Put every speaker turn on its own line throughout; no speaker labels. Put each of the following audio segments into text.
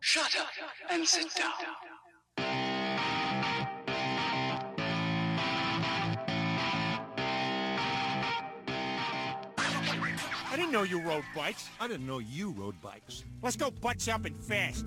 Shut up and sit down.
I didn't know you rode bikes.
I didn't know you rode bikes.
Let's go butts up and fast.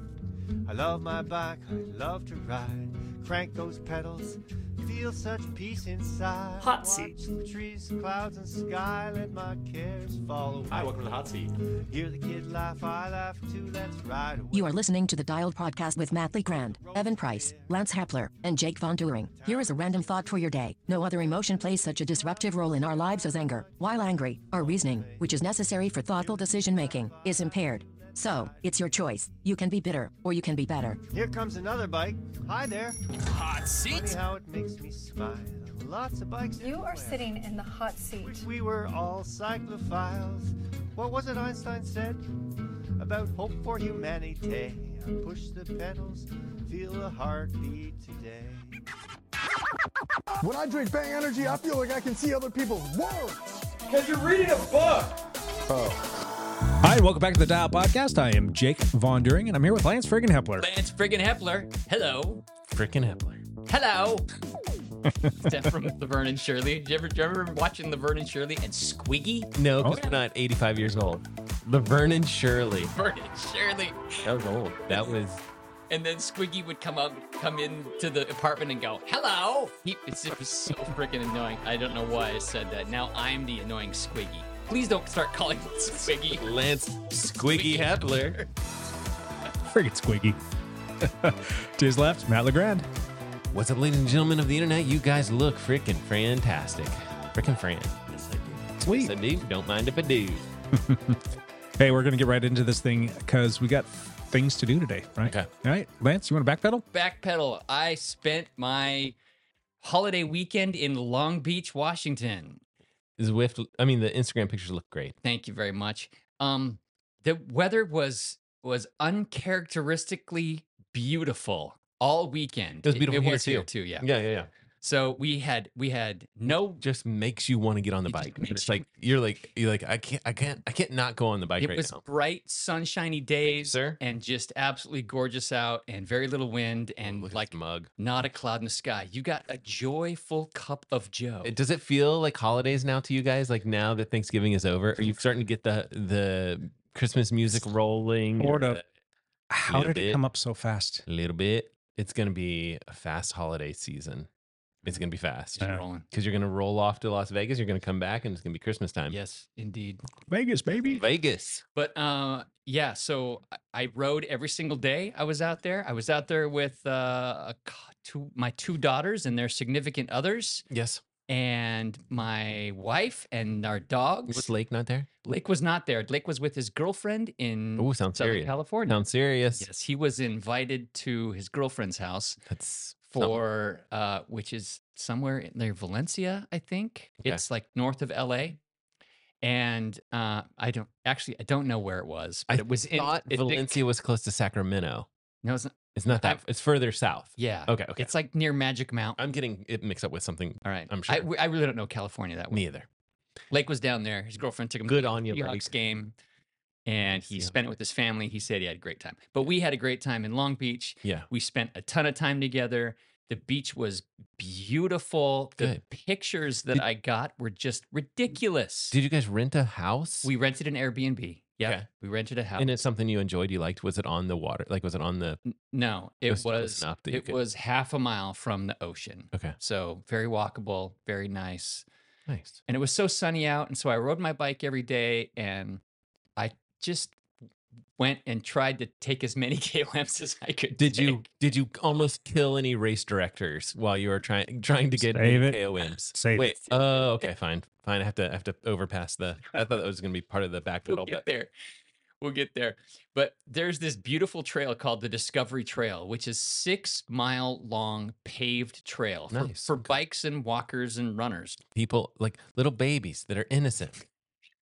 I love my bike, I love to ride. Crank those pedals, feel such peace inside.
Hot seat.
Watch the trees, clouds, and sky, let my cares fall away.
Hi, welcome to the hot seat.
Hear the kid laugh, I laugh too, let's ride away.
You are listening to the Dialed Podcast with Matt Lee Grand, Evan Price, Lance Hepler, and Jake Von Turing. Here is a random thought for your day. No other emotion plays such a disruptive role in our lives as anger. While angry, our reasoning, which is necessary for thoughtful decision making, is impaired. So, it's your choice. You can be bitter, or you can be better.
Here comes another bike. Hi there. Funny
Hot seat.
how it makes me smile. Lots of bikes.
You
everywhere.
are sitting in the hot seat.
We were all cyclophiles. What was it Einstein said about hope for humanity? I push the pedals, feel the heartbeat today.
When I drink Bang Energy, I feel like I can see other people's words.
Oh. Hi, and welcome back to the Dial Podcast. I am Jake Von During, and I'm here with Lance Friggin Hepler.
Lance friggin' Hepler. Hello.
Frickin' Hepler.
Hello. Steph from the Vernon Shirley. Do you ever, do you ever watching the Vernon Shirley and Squiggy?
No,
'cause
because we're not 85 years old. The Vernon Shirley.
Vernon Shirley.
That was old. That was.
And then Squiggy would come up, come into the apartment and go, "Hello." He, it's, it was so freaking annoying. I don't know why I said that. Now I'm the annoying Squiggy. Please don't start calling me Squiggy.
Lance Squiggy Hepler.
Friggin' squeaky. to his left, Matt LeGrand.
What's up, ladies and gentlemen of the internet? You guys look frickin' fantastic. Frickin' Fran. Yes, I do.
Sweet.
Yes, I do. Don't mind if I do.
Hey, we're going to get right into this thing because we got things to do today, right?
Okay.
All right, Lance, you want to backpedal?
Backpedal. I spent my holiday weekend in Long Beach, Washington.
Zwift. I mean, the Instagram pictures look great.
Thank you very much. Um, the weather was was uncharacteristically beautiful all weekend.
It was beautiful
it
here
was
too.
here too. Yeah.
Yeah, yeah, yeah.
So we had we had no.
Just makes you want to get on the
It just
bike.
makes
It's
you-
like you're like you're like I can't I can't I can't not go on the bike
It
right
was
now.
bright, sunshiny days,
sir.
and just absolutely gorgeous out, and very little wind, and
Oh, Look at
like
this mug.
not a cloud in the sky. You got a joyful cup of Joe.
It- eh, Does it feel like holidays now to you guys? Like now that Thanksgiving is over, are you starting to get the the Christmas music rolling?
Sort
or
of. How
Little
did it
bit.
come up so fast?
A little bit. It's gonna be a fast holiday season. It's gonna be fast
Just
Yeah.
rolling.
because you're gonna roll off to Las Vegas. You're gonna come back, and it's gonna be Christmas time.
Yes, indeed.
Vegas, baby.
Vegas.
But uh, yeah, so I- I rode every single day. I was out there. I was out there with uh, a, cou- two, my two daughters and their significant others,
Yes.
and my wife and our dogs.
Was Lake not there?
Lake was not there. Lake was with his girlfriend in
Oh, sounds
Southern
serious.
California.
Sounds serious.
Yes, he was invited to his girlfriend's house
That's something.
for uh, which is somewhere in near Valencia, I think.
Okay.
It's like north of LA. And uh, I don't actually I don't know where it was,
I
but it was in
thought
it- it-
Valencia was close to Sacramento.
No, it's not,
It's not that.
I've-
it's further south.
yeah.
Okay. Okay.
It's like near Magic Mountain.
I'm getting it mixed up with something.
All right.
I'm
I,
sure.
w- I really don't know California that well.
Me either.
Lake was down there. His girlfriend took him
Good on you,
Seahawks
Lake.
game, and he
Seahawks.
spent it with his family. He said he had a great time, but we had a great time in Long Beach.
Yeah.
We spent a ton of time together. The beach was beautiful. The
Good.
pictures that
Did- Mm,
I got were just ridiculous.
Did you guys rent a house?
we rented an Airbnb. Yeah,
Okay.
we rented a house.
and it's something you enjoyed, you liked. Was it on the water? Like, was it on the?
no, it was,
was close enough that you
it
could-
was half a mile from the ocean.
Okay,
So very walkable, very nice.
nice.
and it was so sunny out and so i rode my bike every day and i just went and tried to take as many KOMs as i could
Did you
take.
did you almost kill any race directors while you were trying trying to get
Save
any
it.
KOMs?
Save
Wait.
it.
Oh, okay, fine, fine. I have to I have to overpass the. I thought that was going to be part of the back
we'll
pedal.
get
but-
there we'll get there but there's this beautiful trail called the discovery trail which is six mile long paved trail for,
Nice,
for
okay.
bikes and walkers and runners
People like little babies that are innocent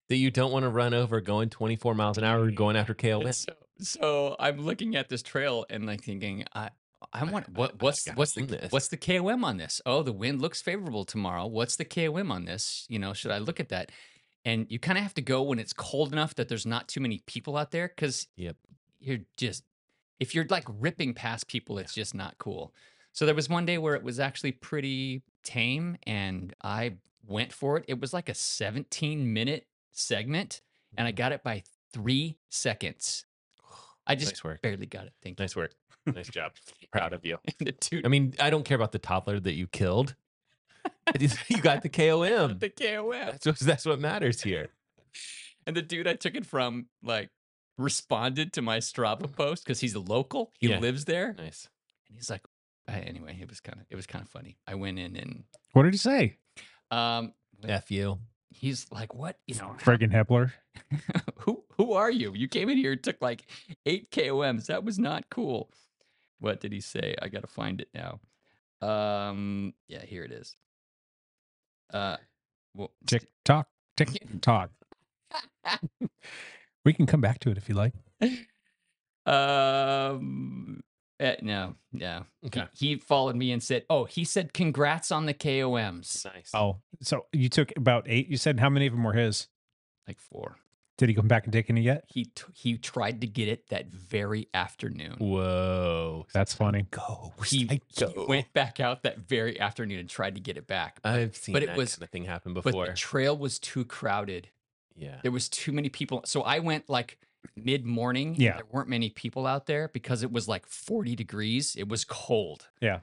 that you don't want to run over going 24 miles an hour going after
And
KOMs.
so, so i'm looking at this trail and like thinking i I want what what's
gotta
what's the
own this.
what's the KOM on this? Oh, the wind looks favorable tomorrow. What's the KOM on this? You know, should I look at that? And you kind of have to go when it's cold enough that there's not too many people out there because
Yep.
you're just If you're like ripping past people, it's just not cool. So there was one day where it was actually pretty tame and I went for it. It was like a 17 minute segment and I
Mm-hmm.
got it by three seconds. I just
Nice work.
barely got it. Thank you.
Nice work. Nice job. Proud of you.
the two
I mean, I don't care about the toddler that you killed. I just- you got the KOM.
the KOF.
um, That's what, that's what matters here.
And the dude I took it from, like, responded to my Strava post because he's a local. He
Yeah.
lives there, and
Nice.
he's like, I- anyway, it was kind of it was kind of funny. I went in and
What did he say?
um,
F you.
he's like, what you know,
Friggin' Hepler.
who who are you? You came in here and took like eight KOMs. That was not cool. What did he say? I gotta find it now. Um, yeah, here it is. Uh, well,
Tick tock, tick tock. we can come back to it if you like.
Um. eh, no, no. He-
Okay.
He, followed me and said, "Oh, he said congrats on the KOMs."
Nice.
Oh, so you took about eight. You said how many of them were his?
Like four.
Did he come back and take any yet?
He t- he tried to get it that very afternoon.
Whoa.
That's funny.
Go.
He, he went back out that very afternoon and tried to get it back.
I've seen
but it
that
was-
kind of thing happen
But
before.
the trail was too crowded.
yeah.
There was too many people. So I went like mid morning. and
Yeah.
There weren't many people out there because it was like 40 degrees. It was cold.
Yeah.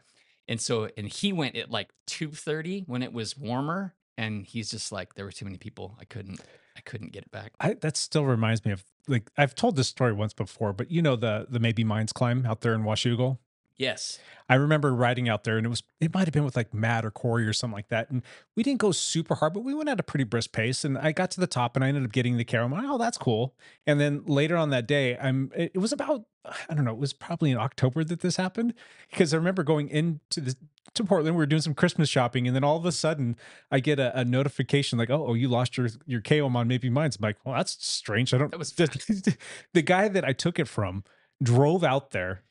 And so and he went at like 2:30 when it was warmer. And he's just like, there were too many people. I couldn't I couldn't get it back.
I, that still reminds me of like I've told this story once before, but you know the the maybe mines climb out there in Washougal.
Yes.
I remember riding out there, and it was it might have been with like Matt or Corey or something like that. And we didn't go super hard, but we went at a pretty brisk pace. And I got to the top, and I ended up getting the carol. I'm like, oh, that's cool. And then later on that day, I'm it it was about I don't know, it was probably in October that this happened because I remember going into the to Portland, we were doing some Christmas shopping, and then all of a sudden, I get a, a notification like, "Oh, oh, you lost your your KOM on Maybe Mines." I'm like, "Well, that's strange. I don't."
That was
the, the guy that I took it from drove out there,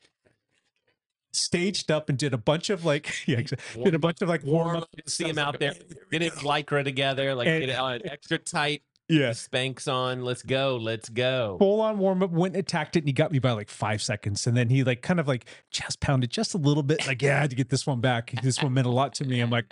staged up, and did a bunch of like, yeah, exa- did a bunch of like warm up.
see him out there. Get his lycra together. Like
And-
get it on extra tight.
Yeah,
Spanks on. Let's go. Let's go.
full on warm up. Went and attacked it, and he got me by like five seconds. And then he like kind of like chest pounded just a little bit. Like, yeah, I had to get this one back. This one meant a lot to me. I'm like,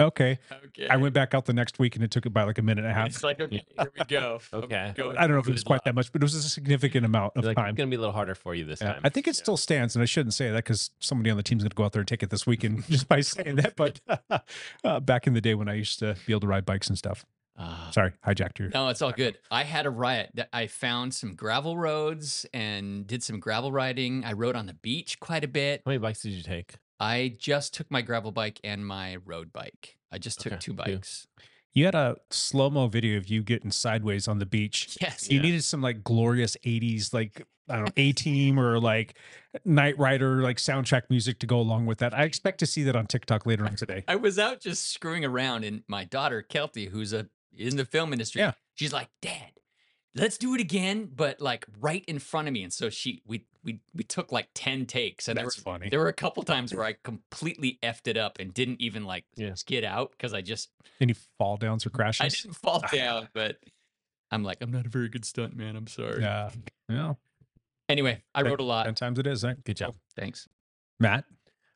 okay.
Okay.
I went back out the next week, and it took it by like a minute and a half.
It's like, okay, here we go.
Okay.
I don't know if it was quite that much, but it was a significant amount of
Like,
time.
it's gonna be a little harder for you this
Yeah,
time.
I think it still stands, and I shouldn't say that because somebody on the team's going to go out there and take it this weekend just by saying that. But uh, back in the day when I used to be able to ride bikes and stuff.
Ah.
Sorry, hijacked your.
Uh, No, it's all good. I had a riot. that I found some gravel roads and did some gravel riding. I rode on the beach quite a bit.
How many bikes did you take?
I just took my gravel bike and my road bike. I just took
Okay,
two
two.
bikes.
You had a slow mo video of you getting sideways on the beach.
Yes.
You needed some like glorious 80s, like, I don't know, A Team or like Knight Rider, like soundtrack music to go along with that. I expect to see that on TikTok later on today.
I was out just screwing around, and my daughter Kelty, who's a in the film industry,
Yeah.
she's like, "Dad, let's do it again," but like right in front of me. And so she, we, we, we took like ten takes, and
That's
there were,
funny.
There were a couple times where I completely effed it up and didn't even like
Yeah.
skid out because I just
Any fall downs or
I
crashes?
didn't fall down, but. I'm like, I'm not a very good stunt man. I'm sorry.
Yeah. Yeah.
Anyway, I
Thank-
rode a lot. Oh,
Sometimes it is. eh?
Good job.
Thanks.
Matt.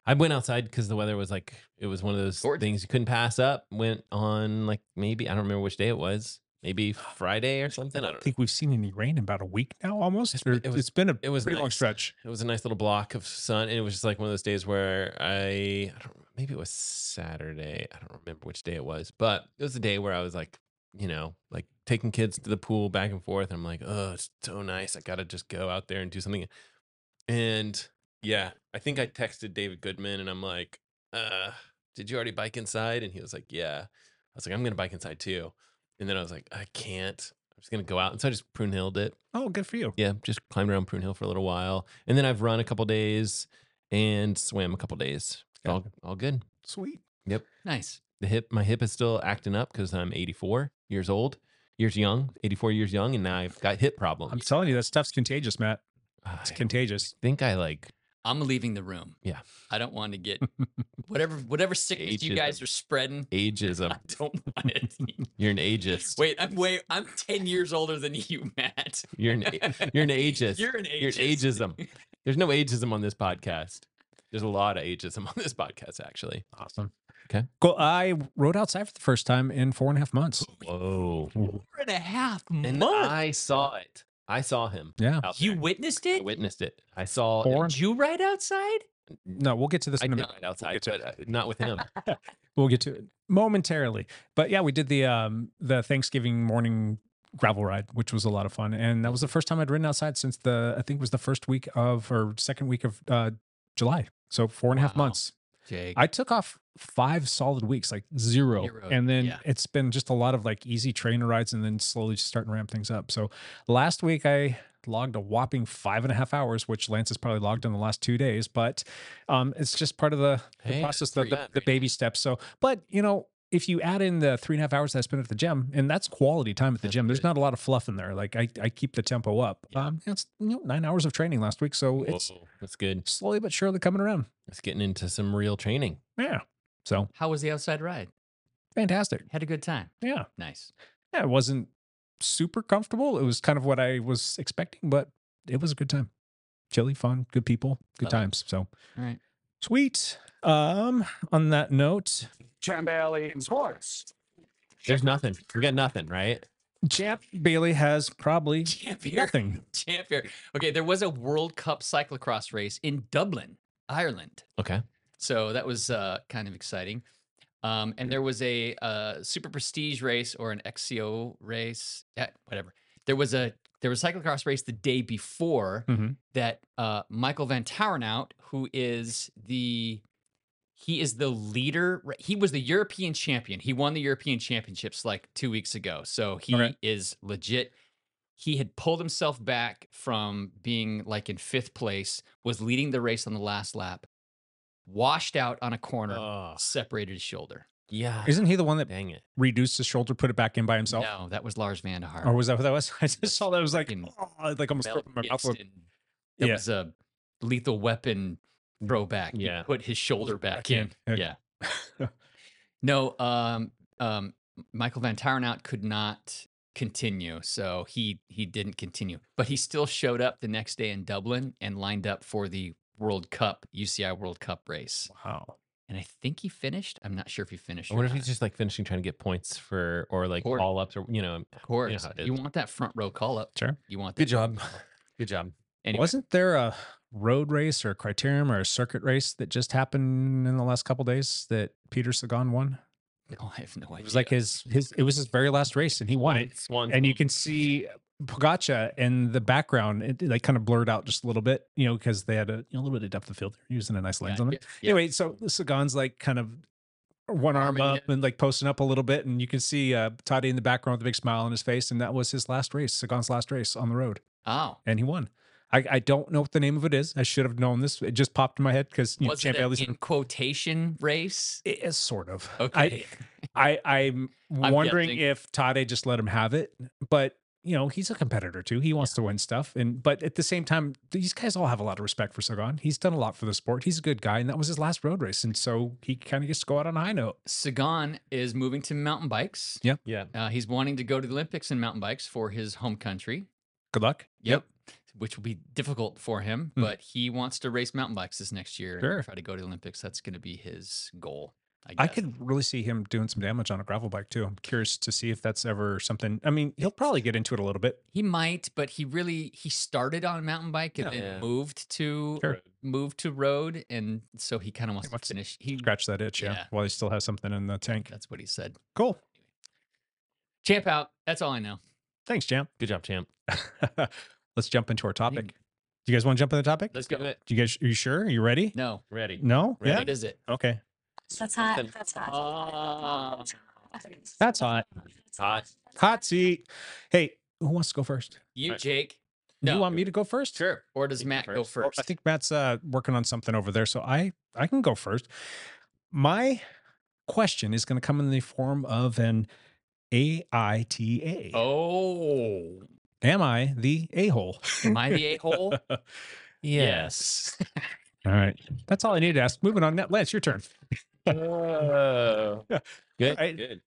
I went outside because the weather was like it was one of those
Gorgeous.
things you couldn't pass up. Went on like maybe I don't remember which day it was. Maybe Friday or something. I
I
don't know.
think we've seen any rain in about a week now, almost.
It's-
or
it was-
it's been a
it was
pretty long
nice.
stretch.
It was a nice little block of sun, and it was just like one of those days where I, I don't maybe it was Saturday. I don't remember which day it was, but it was a day where I was like, you know, like taking kids to the pool back and forth. And I'm like, oh, it's so nice. I gotta just go out there and do something. And yeah, I think I texted David Goodman, and I'm like, uh, did you already bike inside? And he was like, yeah. I was like, I'm gonna bike inside too. And then I was like, I can't. I'm just gonna go out. And so I just prune hilled it.
Oh, good for you.
Yeah, just climbed around Prune Hill for a little while, and then I've run a couple days and swam a couple days. It's All, all good.
Sweet.
Nice.
The hip, my hip is still acting up because I'm 84 years old, years young, 84 years young, and now I've got hip
I'm
problems. Ah,
telling you, that stuff's contagious, Matt.
Oh, I
It's contagious.
think I like
I'm leaving the room.
Yeah.
I don't want to get whatever whatever sickness you guys
Ageism.
are spreading. I
Ageism.
don't want it.
You're an ageist.
Wait, I'm way I'm 10 years older than you, Matt.
You're an a- you're an ageist.
You're an
You're
ageist.
ageism. There's no ageism on this podcast. There's a lot of ageism on this podcast, actually.
Awesome.
Okay.
Cool. I rode outside for the first time in four and a half months.
Whoa.
Four and a half
And
months.
I saw it. I saw him.
Yeah.
out
you
there.
witnessed
I
it?
witnessed it. I saw
Four
Did you ride outside?
No, we'll get to this
I
in a
did
minute.
right outside,
get to
but uh, not with him.
We'll get to it momentarily. But yeah, we did the um the Thanksgiving morning gravel ride, which was a lot of fun. And that was the first time I'd ridden outside since the I think it was the first week of or second week of uh July. So four and a half
Wow.
months.
Jake.
I took off five solid weeks, like zero.
Zero,
And then
yeah.
it's been just a lot of like easy trainer rides and then slowly just starting to ramp things up. So last week I logged a whopping five and a half hours, which Lance has probably logged in the last two days, but um, it's just part of the, the
Hey,
process, the,
that's
the,
pretty
the
good.
baby steps. So, but you know, if you add in the three and a half hours that I spent at the gym, and that's quality time at the
That's
gym, there's
good.
not a lot of fluff in there. Like I, I keep the tempo up.
Yeah.
Um, it's you know, nine hours of training last week, so it's
Whoa, that's good.
slowly but surely coming around.
It's getting into some real training.
Yeah, so
How was the outside ride?
fantastic.
Had a good time.
Yeah.
Nice.
yeah, it wasn't super comfortable. It was kind of what I was expecting, but it was a good time. Chilly, fun, good people, good
Love it.
times. So
All right.
sweet. Um, on that note,
Chamberlain Sports.
There's nothing. We got nothing, right?
Champ Bailey has probably
Champ here.
nothing.
Champ here. Okay, there was a World Cup cyclocross race in Dublin, Ireland.
Okay.
So that was uh, kind of exciting. Um, and there was a uh, super prestige race or an XCO race, eh, whatever. There was a there was a cyclocross race the day before
Mhm.
that uh, Michael Van Taurenaut, who is the he is the leader. ri- He was the European champion. He won the European championships like two weeks ago. So he
Okay.
is legit. He had pulled himself back from being like in fifth place, was leading the race on the last lap, washed out on a corner,
Oh,
separated his shoulder.
yeah.
Isn't he the one that
Dang it.
reduced his shoulder, put it back in by himself?
No, that was Lars Van der Haar.
Or was that what that was? I just saw that. I was like,
Fucking
oh, I, like almost
Mel
opened my mouth. open.
Gibson. That
Yeah. Mm,
was a lethal weapon throwback. He
Yeah.
put his shoulder back
back
in.
in.
Yeah. no, um, um, Michael Van Taurenaut could not continue, so he he didn't continue. But he still showed up the next day in Dublin and lined up for the World Cup UCI World Cup race.
Wow.
And I think he finished. I'm not sure if he finished.
I
or
wonder if
not.
he's just like finishing trying to get points for or like
course.
all ups or you know.
of course.
how it
you
is.
want that front row call up.
Sure.
You want that.
Good job. Good job.
Anyway,
Wasn't there a road race or a criterium or a circuit race that just happened in the last couple days that Peter Sagan won?
no, I have no idea.
It was like his his it was his very last race and he won it.
Swan.
And you can see Pogacha in the background, it, like kind of blurred out just a little bit, you know, because they had a, you know, a little bit of depth of field They're using a nice lens
Yeah,
on
yeah,
it.
yeah.
Anyway, so Sagan's like kind of one arm
Arming
up
it.
and like posting up a little bit, and you can see uh, Toddy in the background with a big smile on his face, and that was his last race, Sagan's last race on the road,
Oh,
and he won. I, I don't know what the name of it is. I should have known this. It just popped in my head because you know,
was it
Champ
a
Bailey's
in quotation race?
it is sort of. I,
Okay.
I I'm
I'm
wondering
guessing.
if Tade just let him have it, but you know he's a competitor too. He wants to win stuff, and but at the same time, these guys all have a lot of respect for Sagan. He's done a lot for the sport. He's a good guy, and that was his last road race, and so he kind of gets to go out on a high note.
Sagan is moving to mountain bikes.
Yeah.
Uh, he's wanting to go to the Olympics in mountain bikes for his home country.
Good luck.
Which will be difficult for him,
Mhm.
but he wants to race mountain bikes this next year. and
Sure.
Try to go to the Olympics. That's going to be his goal. I,
I
guess.
could really see him doing some damage on a gravel bike too. I'm curious to see if that's ever something. I mean, he'll probably get into it a little bit.
He might, but he really he started on mountain bike and
Yeah.
then
Yeah.
moved to
Sure.
moved to road, and so he kind of wants
wants
to
to
finish. He
Scratch that itch, yeah.
Yeah.
While he still has something in the tank.
that's what he said.
Cool.
Champ out. That's all I know.
Thanks, champ.
Good job, champ.
Let's jump into our topic. Do you guys want to jump in the topic?
Let's go.
Do you guys are you sure? Are you ready?
No.
Ready.
No?
Ready.
What is it?
Yeah. Okay.
That's hot.
Something.
That's hot.
Ah.
That's hot.
Hot.
Hot seat. Hey, who wants to go first?
You,
Right.
Jake.
You
No.
want me to go first?
Sure. Or does Matt go
first.
Oh,
first?
I think Matt's uh, working on something over there, so I I can go first. My question is going to come in the form of an AITA.
Oh,
Am I the a hole?
am I the a hole?
Yes.
All right. That's all I need to ask. Moving on. Now, Lance, your turn.
Oh.
Yeah.
Good.
Right.
Good.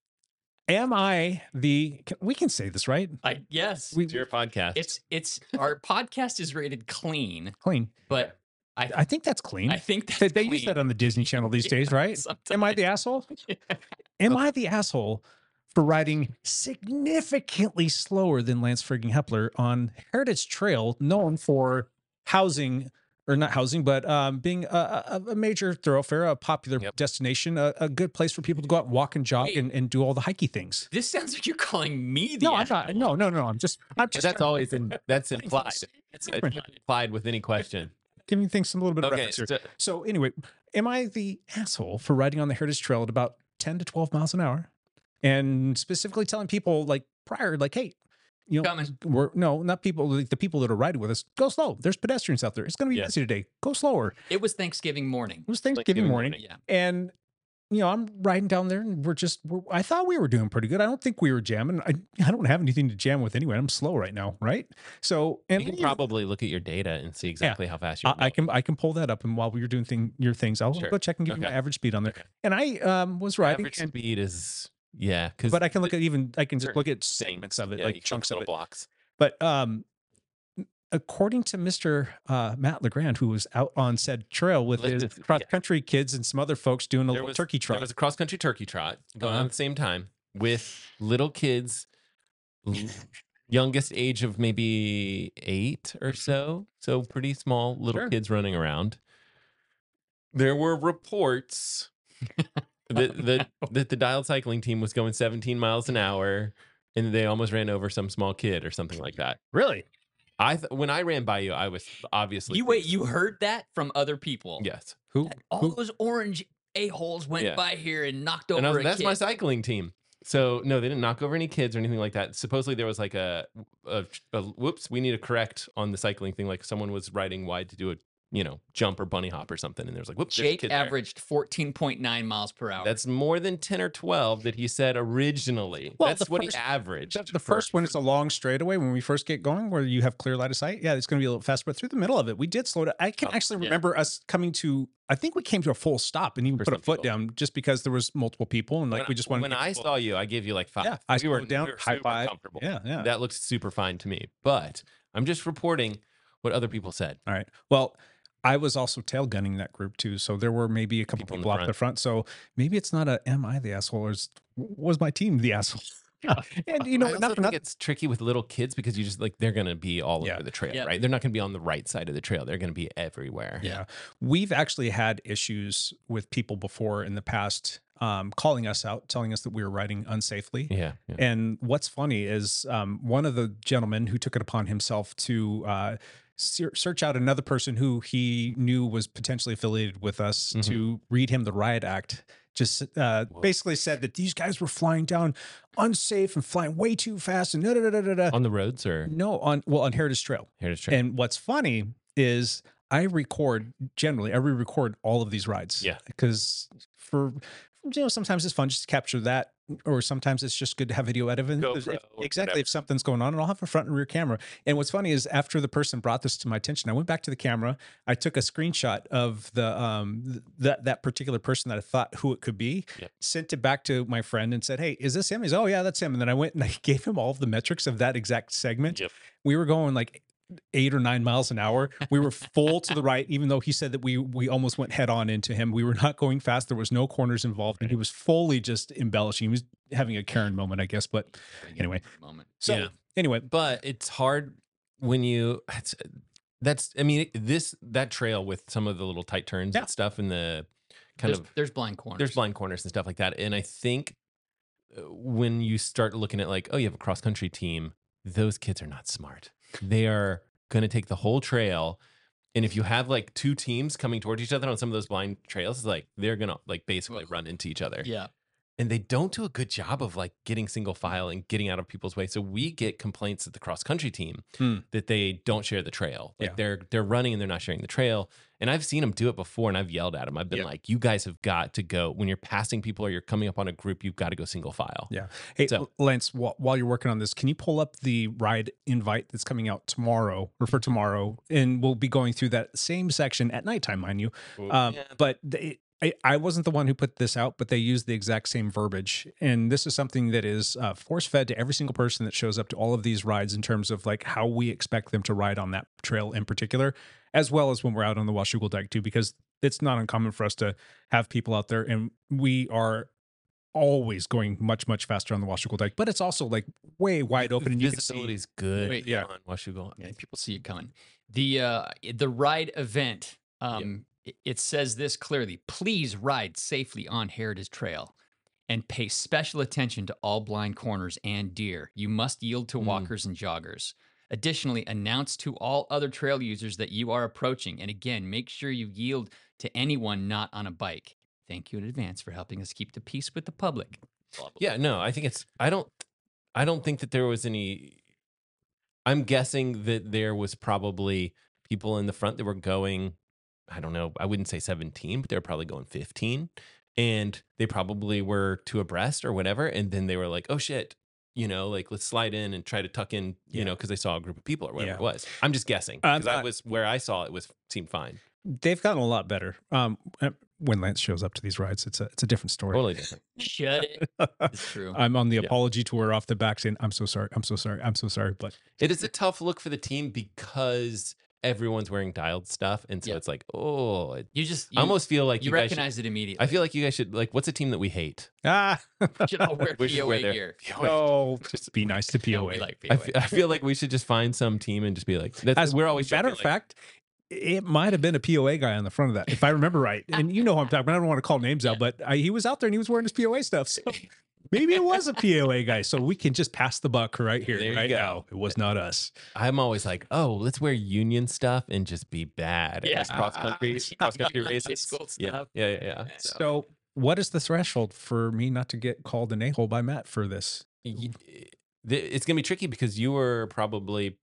Am I the? Can, we can say this, right?
I guess
We
It's your podcast.
it's it's our podcast is rated clean,
clean.
but I
I think that's clean.
I think that's
they, they use
clean
that on the Disney Channel these days, right? Am I the asshole?
sometimes.
Am I the asshole for riding significantly slower than Lance frigging Hepler on Heritage Trail, known for housing or not housing, but um, being a, a, a major thoroughfare, a popular
Yep.
destination, a, a good place for people to go out and walk and jog
Wait.
and, and do all the hikey things?
This sounds like you're calling me the
No, I'm
asshole.
not. No, no, no. I'm just. I'm
But
just
that's always in, that's implied.
That's
It's implied with any question.
giving things a little bit of
Okay.
reference here.
so-
So anyway, am I the asshole for riding on the Heritage Trail at about 10 to 12 miles an hour? And specifically telling people like prior, like, hey, you know,
coming.
we're no, not people like the people that are riding with us, go slow. There's pedestrians out there. It's gonna be
Yeah.
busy today. Go slower.
It was Thanksgiving morning.
It was Thanksgiving morning.
Yeah.
And you know, I'm riding down there and we're just we're, I thought we were doing pretty good. I don't think we were jamming. I, I don't have anything to jam with anyway. I'm slow right now, right? So and
You can
we-
probably look at your data and see exactly how fast you're
I, I can I can pull that up, and while you're doing thing your things, I'll
Sure.
go check and give you my
Okay.
average speed on there.
Okay.
And I um was riding,
Average
and,
speed is yeah, because
but I can look at even I can just
certain
look at segments of it, like chunks of it.
blocks.
But um, according to Mister uh, Matt Legrand, who was out on said trail with
Let's
his
just- yeah.
cross country kids and some other folks doing a
There
little
was-
turkey trot.
There was a cross country turkey trot going on
Uh-huh.
at the same time with little kids, l- youngest age of maybe eight or so. So pretty small little
Sure.
kids running around. There were reports
Oh,
that, that, that the dialed cycling team was going 17 miles an hour and they almost ran over some small kid or something like that.
really?
I th- when I ran by you, I was obviously
You wait, you heard that from other people.
yes,
Who?
All
who
those orange a-holes went
Yeah.
by here and knocked over
and I was
a
like, that's
kid.
my cycling team. So no, they didn't knock over any kids or anything like that. Supposedly there was like a, a, a whoops, we need to correct on the cycling thing. Like someone was riding wide to do a you know jump or bunny hop or something, and there was like whoops, there's a
Jake
kid there."
averaged 14.9 miles per hour.
That's more than ten or twelve that he said originally.
Well,
that's
the
what
first-
he averaged.
the first one is a long straightaway when we first get going, where you have clear light of sight. Yeah, it's going to be a little faster, but through the middle of it, we did slow down. I can
Oh,
actually
yeah.
remember us coming to. I think we came to a full stop and even
For
put a
some
foot
people.
down just because there was multiple people and like
When
we
I-
just wanted.
When
to
I saw you, I gave you like five.
yeah, I
we were
slowed down,
we were
high
super
five.
comfortable.
Yeah, yeah.
That looks super fine to me. But I'm just reporting what other people said.
All right. Well, I was also tail gunning that group too, so there were maybe a couple
People
people,
in the
off the front. So maybe it's not a am I the asshole or is, was my team the asshole? and you
I
know,
also
not
think
for nothing.
it's tricky with little kids because you just like they're gonna be all
Yeah.
over the trail,
Yep.
right? They're not gonna be on the right side of the trail. They're gonna be everywhere.
Yeah. We've actually had issues with people before in the past um, calling us out, telling us that we were riding unsafely.
yeah. yeah.
And what's funny is um, one of the gentlemen who took it upon himself to uh, ser- search out another person who he knew was potentially affiliated with us
Mhm.
to read him the riot act. Just uh,
Whoa.
basically said that these guys were flying down unsafe and flying way too fast and da da da da da. da.
On the roads or
No, on well on Heritage Trail.
heritage trail.
And what's funny is I record generally, I re-record all of these rides.
Yeah.
Because for you know, sometimes it's fun just to capture that, or sometimes it's just good to have video out of it. If-
GoPro,
exactly.
whatever.
If something's going on, and I'll have a front and rear camera. And what's funny is after the person brought this to my attention, I went back to the camera, I took a screenshot of the um th- that that particular person that I thought who it could be,
Yeah.
sent it back to my friend and said, Hey, is this him? He's oh yeah, that's him. And then I went and I gave him all of the metrics of that exact segment.
Yep.
We were going like eight or nine miles an hour. We were full to the right, even though he said that we we almost went head on into him. We were not going fast. There was no corners involved, and he was fully just embellishing. He was having a Karen moment, I guess. But anyway.
Moment.
so
Yeah.
anyway,
but it's hard when you it's, that's I mean this that trail with some of the little tight turns
Yeah.
and stuff and the kind
There's,
of
there's blind corners.
there's blind corners and stuff like that. And I think uh, when you start looking at like, oh, you have a cross country team, those kids are not smart. They are going to take the whole trail. And if you have like two teams coming towards each other on some of those blind trails, it's like they're going to like basically
Well,
run into each other.
Yeah.
and they don't do a good job of like getting single file and getting out of people's way. So we get complaints at the cross country team
Hmm.
that they don't share the trail. Like
Yeah.
they're they're running and they're not sharing the trail. And I've seen them do it before, and I've yelled at them. I've been
Yeah.
like, "You guys have got to go when you're passing people or you're coming up on a group. You've got to go single file."
Yeah. Hey,
So-
Lance, wh- while you're working on this, can you pull up the ride invite that's coming out tomorrow or for tomorrow? And we'll be going through that same section at nighttime, mind you. Um, But they, I, I wasn't the one who put this out, but they used the exact same verbiage. And this is something that is uh, force fed to every single person that shows up to all of these rides in terms of like how we expect them to ride on that trail in particular, as well as when we're out on the Washougal Dike too, because it's not uncommon for us to have people out there and we are always going much much faster on the Washugal Dike, but it's also like way wide open and you can
visibility
see.
is good.
Wait,
yeah.
on Washougal.
Yeah, people see it coming. The uh the ride event. Um it- it says this clearly. Please ride safely on Heritage Trail and pay special attention to all blind corners and deer. You must yield to
Mm.
walkers and joggers. Additionally, announce to all other trail users that you are approaching. And again, make sure you yield to anyone not on a bike. Thank you in advance for helping us keep the peace with the public. Blah, blah,
Yeah, no, I think it's I don't I don't think that there was any I'm guessing that there was probably people in the front that were going I don't know, I wouldn't say 17, but they were probably going 15 and they probably were two abreast or whatever and then they were like, "Oh shit, you know, like let's slide in and try to tuck in, you
Yeah.
know, because they saw a group of people or whatever
Yeah. Uh,
it was." I'm just guessing
I'm
because I
not-
was where I saw it was seemed fine,
They've gotten a lot better. Um, uh, when Lance shows up to these rides, it's a it's a different story.
totally different.
blah. Shut it. It's true.
I'm on the
Yeah.
apology tour off the back saying, I'm so sorry, I'm so sorry, I'm so sorry. But
It is a tough look for the team because everyone's wearing dialed stuff, and so
Yeah.
it's like, oh, it
You just you,
I almost feel like
you,
you, guys should-
recognize it immediately.
I feel like you guys should like. What's a team that we hate?
ah
We should all wear
We should
POA
wear their-
gear.
oh just be nice to
No,
POA.
we like POA.
I fe- I feel like we should just find some team and just be like, that's,
As
we're always
matter of
joking, like,
fact, it might have been a POA guy on the front of that, if I remember right. And you know who I'm talking about. I don't want to call names out, but I, he was out there and he was wearing his POA stuff. So maybe it was a POA guy. So we can just pass the buck right here,
There you
right
go.
now. It was not us.
I'm always like, oh, let's wear union stuff and just be bad.
Yeah.
cross country, cross country
High
races.
school
Yeah,
stuff.
yeah, yeah. yeah.
So, what is the threshold for me not to get called an a hole by Matt for this?
Y- th- it's gonna be tricky because you were probably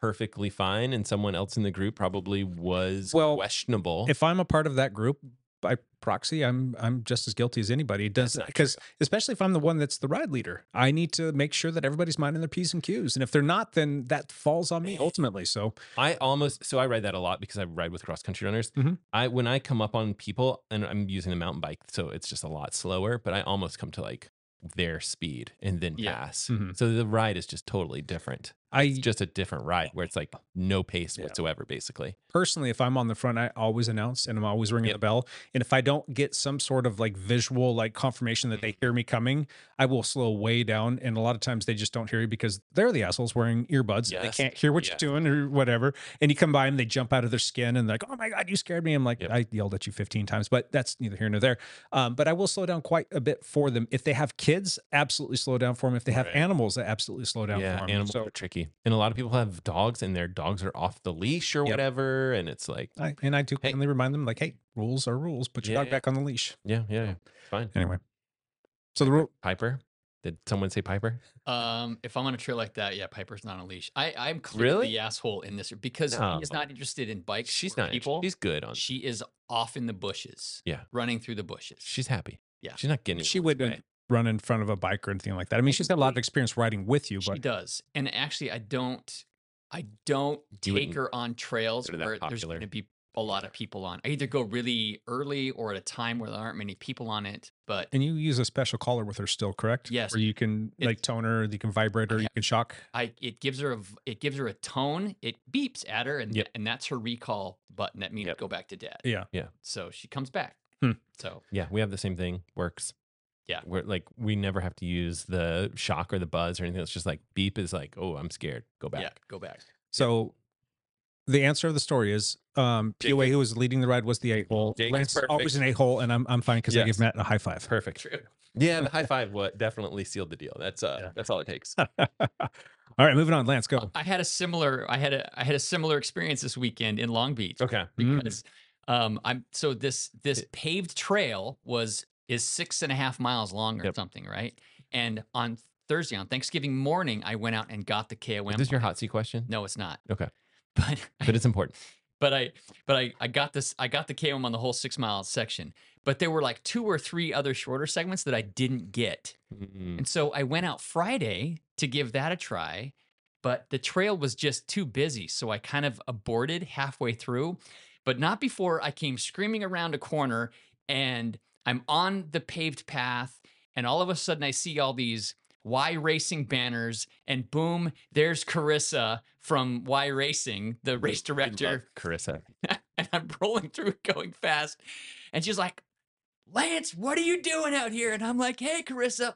perfectly fine, and someone else in the group probably was
Well,
questionable.
If I'm a part of that group by proxy, I'm I'm just as guilty as anybody. It does
not
because especially if I'm the one that's the ride leader, I need to make sure that everybody's minding their p's and q's. And if they're not, then that falls on me ultimately. So
I almost so I ride that a lot because I ride with cross country runners.
Mhm.
I when I come up on people and I'm using a mountain bike, so it's just a lot slower, but I almost come to like their speed and then
Yeah.
pass.
Mhm.
So the ride is just totally different.
I
It's just a different ride where it's like no pace whatsoever, basically.
personally, if I'm on the front, I always announce and I'm always ringing the
Yep.
bell. And if I don't get some sort of like visual like confirmation
Mm-hmm.
that they hear me coming, I will slow way down. And a lot of times they just don't hear you because they're the assholes wearing earbuds. and
Yes.
They can't hear what
Yes.
you're doing or whatever. And you come by them, they jump out of their skin and they're like, oh my God, you scared me. I'm like,
Yep.
I yelled at you 15 times, but that's neither here nor there. Um, but I will slow down quite a bit for them. If they have kids, absolutely slow down for them. If they have
Right.
animals, I absolutely slow down
yeah,
for them.
animals are tricky, and a lot of people have dogs, and their dogs are off the leash or
Yep.
whatever, and it's like,
I, and I do
Hey.
kindly remind them, like, hey, rules are rules. Put your
Yeah,
dog
yeah.
back on the leash.
yeah, yeah, yeah. it's fine.
Anyway, so the rule.
Piper, did someone say Piper?
Um, if I'm on a trail like that, yeah, Piper's not on a leash. I, I'm clearly
Really?
the asshole in this because he is
No.
not interested in bikes.
She's
or
not.
people.
People? She's good on.
she is off in the bushes.
Yeah.
running through the bushes.
She's happy.
Yeah.
she's not getting.
She
in anyone's
wouldn't
way.
run in front of a bike or anything like that. I mean, she's got a lot of experience riding with you,
she
but
does. And actually, I don't. I don't take
You wouldn't
her on trails
consider that
where there's
popular.
going to be a lot of people on. I either go really early or at a time where there aren't many people on it. But
and you use a special collar with her still, correct?
Yes.
Where you can
It-
like tone her, you can vibrate her,
I
you
have-
can shock.
I it gives her a v- it gives her a tone. It beeps at her, and
Yep.
th- and that's her recall button. That means
Yep.
go back to dad.
Yeah.
So she comes back.
Hmm.
So
Yeah, we have the same thing. Works.
Yeah.
We're like we never have to use the shock or the buzz or anything. It's just like beep is like, oh, I'm scared. Go back.
yeah, go back.
So the answer of the story is um, POA, who was leading the ride, was the eight hole.
Jake is
Lance always an
perfect.
eight hole, and I'm I'm fine because I
Yes.
gave Matt a high five.
Perfect.
True.
Yeah, the high five what definitely sealed the deal. That's uh
Yeah.
that's all it takes.
All right, moving on. Lance, go.
I had a similar I had a I had a similar experience this weekend
Oh.
in Long Beach
Okay. Mm-hmm.
Mm.
because um I'm so this this paved trail was is six and a half miles long or
Yep.
something, right? And on Thursday, on Thanksgiving morning, I went out and got the KOM.
Is this your
bike.
hot seat question?
No, it's not.
Okay.
But
But it's important.
but I but I I got this I got the KOM on the whole six mile section. But there were like two or three other shorter segments that I didn't get.
Mm.
And so I went out Friday to give that a try, but the trail was just too busy. So I kind of aborted halfway through, but not before I came screaming around a corner and I'm on the paved path. And all of a sudden, I see all these Y Racing banners, and boom, there's Carissa from Y Racing, the race director.
Carissa.
and I'm rolling through going fast. And she's like, Lance, what are you doing out here? And I'm like, hey, Carissa.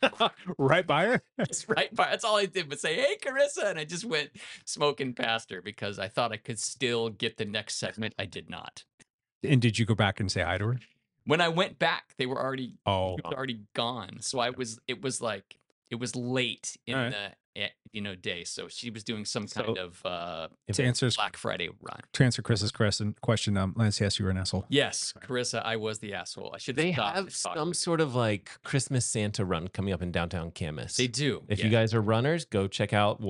right by her.
That's right. by- That's all I did was say, hey, Carissa. And I just went smoking past her because I thought I could still get the next segment. I did not.
And did you go back and say hi to her?
When I went back, they were already
Oh,
it was already gone. So I was, it was like, it was late in
Alright.
the, eh, you know, day. So she was doing some kind
So-
of uh,
to answer his,
Black Friday run.
to answer Chris's question, question um, Lance, yes, you were an asshole.
Yes, Carissa, I was the asshole. I should
They
stop
have
and talk
some
with you.
sort of like Christmas Santa run coming up in downtown Camas.
They do.
If
yeah.
you guys are runners, go check out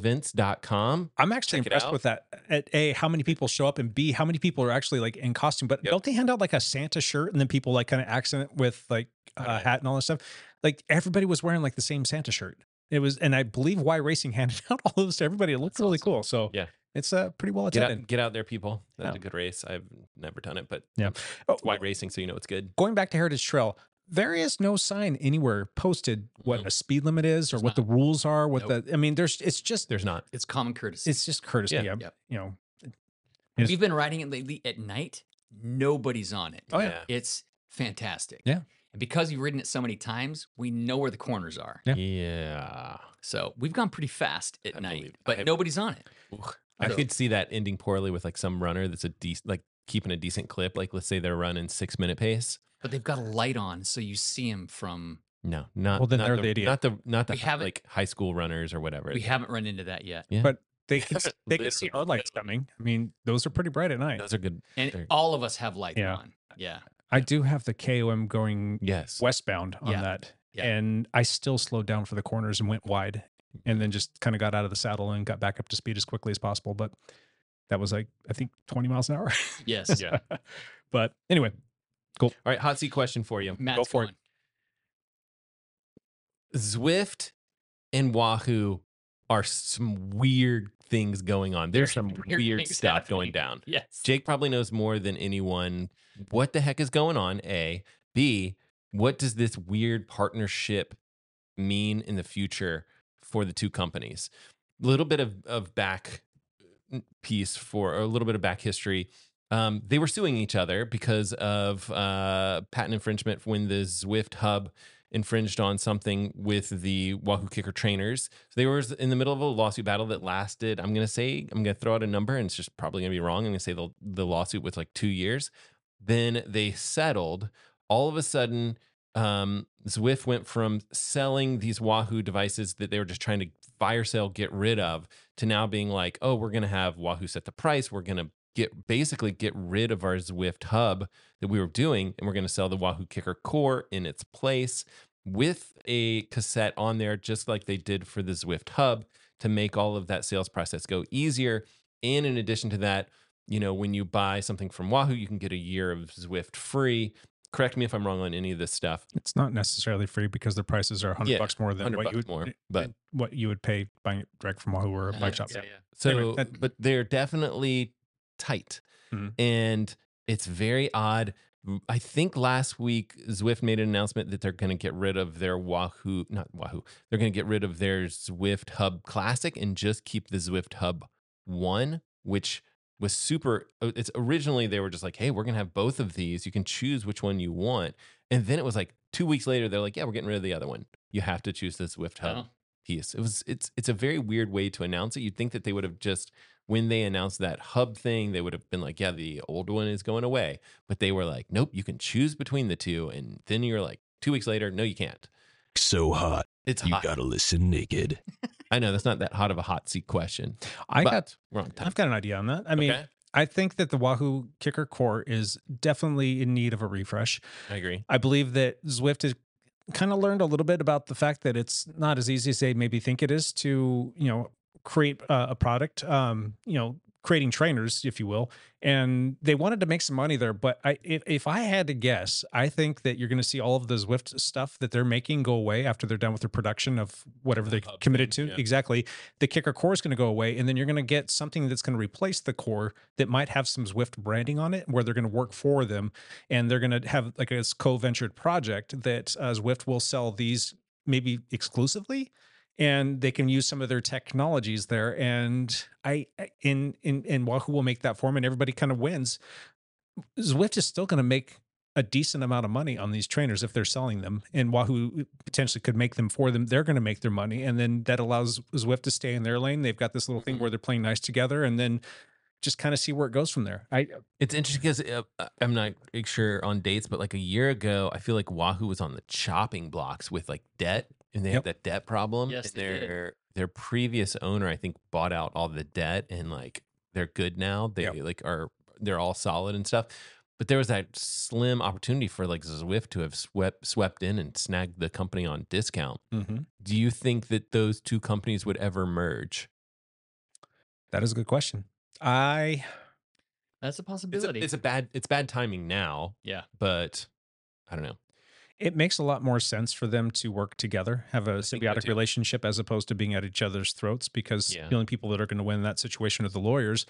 yracingevents.com.
I'm actually
Check it
impressed with that. At a, how many people show up, and b, how many people are actually like in costume. But
Yep.
don't they hand out like a Santa shirt, and then people like kind of accident with like a
don't know.
hat and all that stuff? Like everybody was wearing like the same Santa shirt. It was, and I believe Y Racing handed out all those to everybody. It looked
That's
really
awesome.
cool. So
Yeah.
it's uh, pretty well
Get
attended.
out, get out there, people. That's
Oh.
Yeah.
a good race. I've never done it, but
Yeah.
it's
Oh,
white racing, so you know it's good.
going back to Heritage Trail, there is no sign anywhere posted what
Mhm.
a speed limit is or
There's
what the rules are. What
Nope.
the I mean, there's it's just
There's not.
It's common courtesy.
it's just courtesy.
Yeah.
um,
Yep.
You know, Yes.
We've been riding it lately at night. Nobody's on it.
Oh, yeah.
It's fantastic.
Yeah.
And because you've ridden it so many times, we know where the corners are.
Yeah.
Yeah.
So we've gone pretty fast at
I
night,
believe-
but
I-
nobody's on it.
I
So-
could see that ending poorly with like some runner that's a decent, like keeping a decent clip. Like let's say they're running six minute pace.
But they've got a light on, so you see them from.
No, not
Well, then
not
they're
the,
the idiot.
Not the not the
We
hi-
haven't-
like high school runners or whatever.
We haven't run into that yet.
they can s- they can see our lights coming. I mean, those are pretty bright at night.
Those are good.
And
They're-
all of us have lights
Yeah.
on. Yeah.
I do have the KOM going
Yes.
westbound on
Yeah.
that,
Yeah.
and I still slowed down for the corners and went wide, and then just kind of got out of the saddle and got back up to speed as quickly as possible. But that was like I think 20 miles an hour.
Yes.
yeah. but anyway,
All right, hot seat question for you.
Matt's
Go for it.
going,
Zwift and Wahoo are some weird things going on. There's some
Weird
weird,
things
stuff
happening.
going down.
Yes.
Jake probably knows more than anyone what the heck is going on. A, B, what does this weird partnership mean in the future for the two companies? A little bit of, of back mm, piece for or a little bit of back history. Um, they were suing each other because of uh, patent infringement when the Zwift hub infringed on something with the Wahoo Kicker trainers. So they were in the middle of a lawsuit battle that lasted. I'm gonna say I'm gonna throw out a number, and it's just probably gonna be wrong. I'm gonna say the the lawsuit was like two years. Then they settled. All of a sudden, um, Zwift went from selling these Wahoo devices that they were just trying to fire sale, get rid of, to now being like, oh, we're gonna have Wahoo set the price. We're gonna get basically get rid of our Zwift hub that we were doing, and we're gonna sell the Wahoo Kicker Core in its place with a cassette on there, just like they did for the Zwift Hub to make all of that sales process go easier. And in addition to that, you know, when you buy something from Wahoo, you can get a year of Zwift free. Correct me if I'm wrong on any of this stuff.
it's not necessarily free because their prices are 100
Yeah,
bucks more than
100
what you
bucks
would, eh,
more, but-
what you would pay buying it direct from Wahoo or a bike
Uh,
shop.
Yeah, yeah.
So,
Anyway, that-
but they're definitely tight,
Mhm.
and it's very odd. M- I think last week Zwift made an announcement that they're going to get rid of their Wahoo, not Wahoo. They're going to get rid of their Zwift Hub Classic and just keep the Zwift Hub One, which was super. o- It's originally they were just like, hey, we're going to have both of these. You can choose which one you want, and then it was like two weeks later they're like, yeah, we're getting rid of the other one. You have to choose the Zwift Hub
Oh,
piece. It was it's it's a very weird way to announce it. You'd think that they would have just when they announced that hub thing, they would have been like, yeah, the old one is going away. But they were like, nope, you can choose between the two. And then you're like, two weeks later, no, you can't.
So hot,
It's
you
hot.
gotta listen naked.
I know that's not that hot of a hot seat question.
I
but
got
we're on time.
I've got an idea on that. I mean,
Okay.
I think that the Wahoo kicker core is definitely in need of a refresh.
I agree.
I believe that Zwift has kind of learned a little bit about the fact that it's not as easy as they maybe think it is to, you know, create uh, a product, um, you know, creating trainers, if you will. And they wanted to make some money there. But I, if, if I had to guess, I think that you're going to see all of the Zwift stuff that they're making go away after they're done with their production of whatever they
hub
committed
thing,
to.
yeah.
Exactly. The kicker core is going to go away. And then you're going to get something that's going to replace the core that might have some Zwift branding on it where they're going to work for them and they're going to have like a co-ventured project that uh, Zwift will sell these maybe exclusively, and they can use some of their technologies there. And I I- in in and Wahoo will make that form, and everybody kind of wins. Zwift is still going to make a decent amount of money on these trainers if they're selling them, and Wahoo uh, potentially could make them for them. They're going to make their money, and then that allows Zwift to stay in their lane. They've got this little thing where they're playing nice together, and then just kind of see where it goes from there. I
It's interesting because uh, I'm not sure on dates, but like a year ago, I feel like Wahoo was on the chopping blocks with like debt, and they
Yep.
have that debt problem.
Yes,
and
they did.
their their previous owner, I think, bought out all the debt, and like they're good now. They
Yep.
like are they're all solid and stuff. But there was that slim opportunity for like Zwift to have swept swept in and snagged the company on discount. Do you think that those two companies would ever merge?
That is a good question. I
That's a
It's a,
possibility.
it's a bad it's bad timing now,
yeah.
but I don't know.
it makes a lot more sense for them to work together, have a
think so
symbiotic
too.
relationship as opposed to being at each other's throats because
Yeah.
the only people that are going to win that situation are the lawyers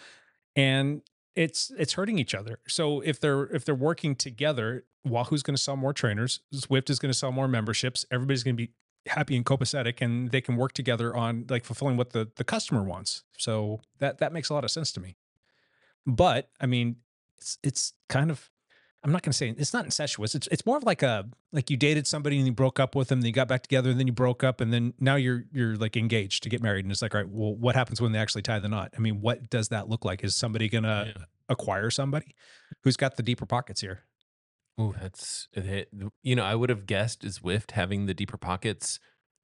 and it's it's hurting each other. So if they're if they're working together, Wahoo's going to sell more trainers, Swift is going to sell more memberships, everybody's going to be happy and copacetic and they can work together on like fulfilling what the the customer wants. So that that makes a lot of sense to me. But I mean, it's it's kind of I'm not going to say it's not incestuous. It's it's more of like a like you dated somebody and you broke up with them, then you got back together, and then you broke up, and then now you're you're like engaged to get married, and it's like, all right, well, what happens when they actually tie the knot? I mean, what does that look like? Is somebody going to
Yeah.
acquire somebody who's got the deeper pockets here?
Ooh, that's it- you know I would have guessed Zwift having the deeper pockets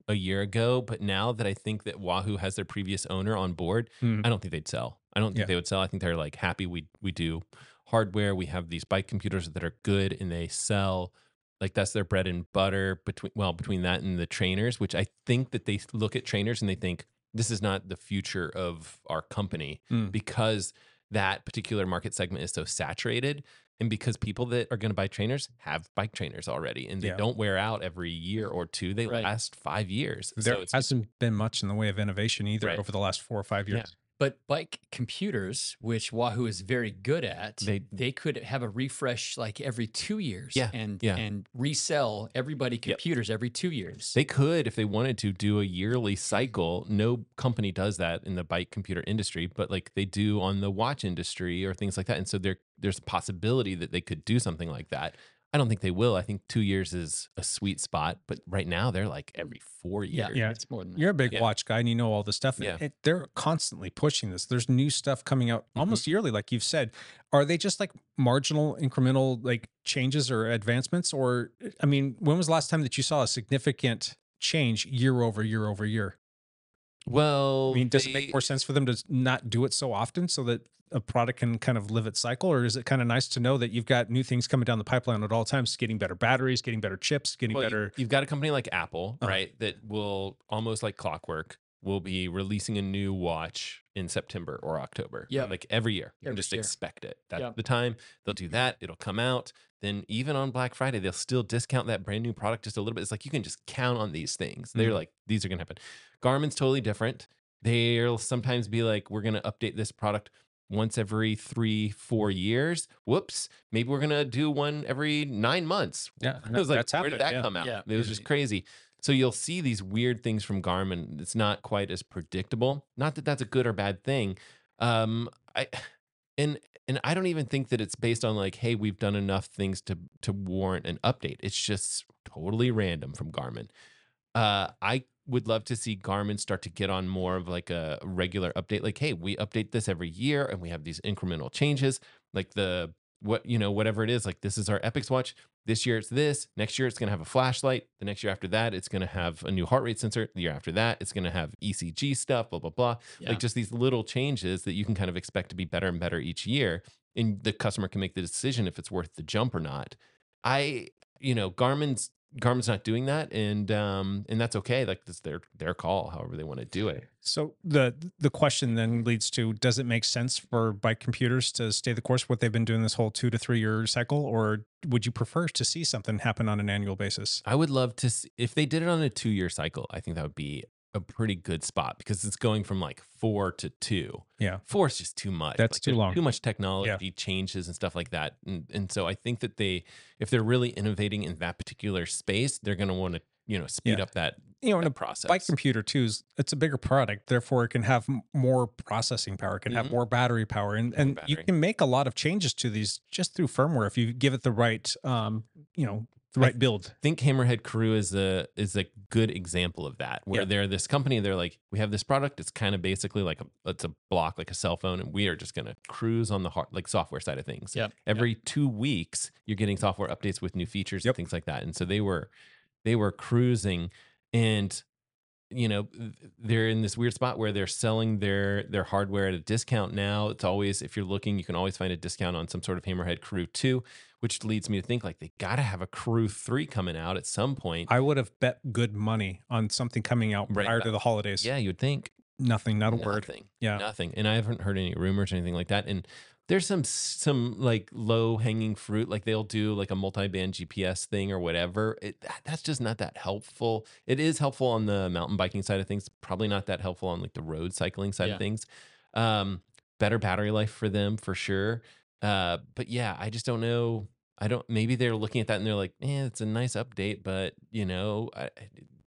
a year ago, but now that I think that Wahoo has their previous owner on board,
Hmm.
I don't think they'd sell. I don't think
Yeah.
they would sell. I think they're like happy we we do hardware. We have these bike computers that are good and they sell. Like that's their bread and butter between well between that and the trainers, which I think that they look at trainers and they think this is not the future of our company
Mm.
because that particular market segment is so saturated and because people that are going to buy trainers have bike trainers already and they
Yeah.
don't wear out every year or two they
Right.
last 5 years
There
so it's
hasn't been much in the way of innovation either
Right.
over the last four or five
Yeah.
years.
But bike computers, which Wahoo is very good at,
They-
they could have a refresh like every two years
Yeah,
and
yeah.
and resell everybody computers every two years.
They could, if they wanted to, do a yearly cycle. No company does that in the bike computer industry, but like they do on the watch industry or things like that. And so there, there's a possibility that they could do something like that. I don't think they will. I think two years is a sweet spot, but right now they're like every four
yeah,
years.
Yeah.
it's more than that.
You're a big
Yeah.
watch guy and you know all this stuff. and
Yeah.
it- they're constantly pushing this. There's new stuff coming out
Mm-hmm.
almost yearly, like you've said. Are they just like marginal, incremental like changes or advancements? Or, I mean, when was the last time that you saw a significant change year over year over year?
Well,
I mean, does it make
they-
more sense for them to not do it so often so that a product can kind of live its cycle? Or is it kind of nice to know that you've got new things coming down the pipeline at all times, getting better batteries, getting better chips, getting
Well, you-
better?
You've got a company like Apple,
Uh-huh.
right, that will almost like clockwork will be releasing a new watch in September or October.
Yeah.
like every year. You can
Every
just
year.
expect it. That's
Yeah.
the time they'll do that. It'll come out. Then even on Black Friday, they'll still discount that brand new product just a little bit. It's like you can just count on these things. They're
Mhm.
like these are gonna happen. Garmin's totally different. They'll sometimes be like, we're gonna update this product once every three, four years. Whoops. Maybe we're gonna do one every nine months.
Yeah,
I was like,
that's
where
happened,
did that
yeah.
come out?
Yeah.
It was just crazy. So you'll see these weird things from Garmin. It's not quite as predictable. Not that that's a good or bad thing. Um, I and and I don't even think that it's based on like, hey, we've done enough things to to warrant an update. It's just totally random from Garmin. Uh, I would love to see Garmin start to get on more of like a regular update. Like, hey, we update this every year, and we have these incremental changes. Like the what you know whatever it is like this is our epics watch this year it's this next year it's going to have a flashlight the next year after that it's going to have a new heart rate sensor the year after that it's going to have ecg stuff blah blah blah
Yeah.
like just these little changes that you can kind of expect to be better and better each year and the customer can make the decision if it's worth the jump or not i you know garmin's garmin's not doing that and um and that's okay like it's their their call however they want to do it
So the the question then leads to: Does it make sense for bike computers to stay the course what they've been doing this whole two to three year cycle, or would you prefer to see something happen on an annual basis?
I would love to s if they did it on a two year cycle. I think that would be a pretty good spot because it's going from like four to two.
Yeah.
Four is just too much.
That's
Like,
too
there's
long.
Too much technology changes and stuff like that. And, and so I think that they, if they're really innovating in that particular space, they're going to want to you know speed
Yeah.
up that
You know, in
that
a
process.
bike computer too is it's a bigger product, therefore it can have m- more processing power, it can
Mhm.
have more battery power, and and you
battery.
can make a lot of changes to these just through firmware if you give it the right um you know the
I
right build.
think Hammerhead Crew is a is a good example of that, where
Yeah.
they're this company. They're like, we have this product. It's kind of basically like a it's a block, like a cell phone, and we are just gonna cruise on the hard, like software side of things.
Yep.
Every two weeks, you're getting software updates with new features and
Yep.
things like that. And so they were they were cruising, and you know th- they're in this weird spot where they're selling their their hardware at a discount now. It's always if you're looking, you can always find a discount on some sort of Hammerhead Crew two which leads me to think like they got to have a crew 3 coming out at some point
I would have bet good money on something coming out
Right,
prior
but-
to the holidays.
yeah you'd think
Nothing, not a word.
nothing
Yeah.
nothing and i haven't heard any rumors or anything like that and there's some some like low hanging fruit like they'll do like a multi-band gps thing or whatever it, that- that's just not that helpful it is helpful on the mountain biking side of things probably not that helpful on like the road cycling side
Yeah.
of things um better battery life for them for sure uh but yeah i just don't know i don't maybe they're looking at that and they're like eh, it's a nice update but you know I,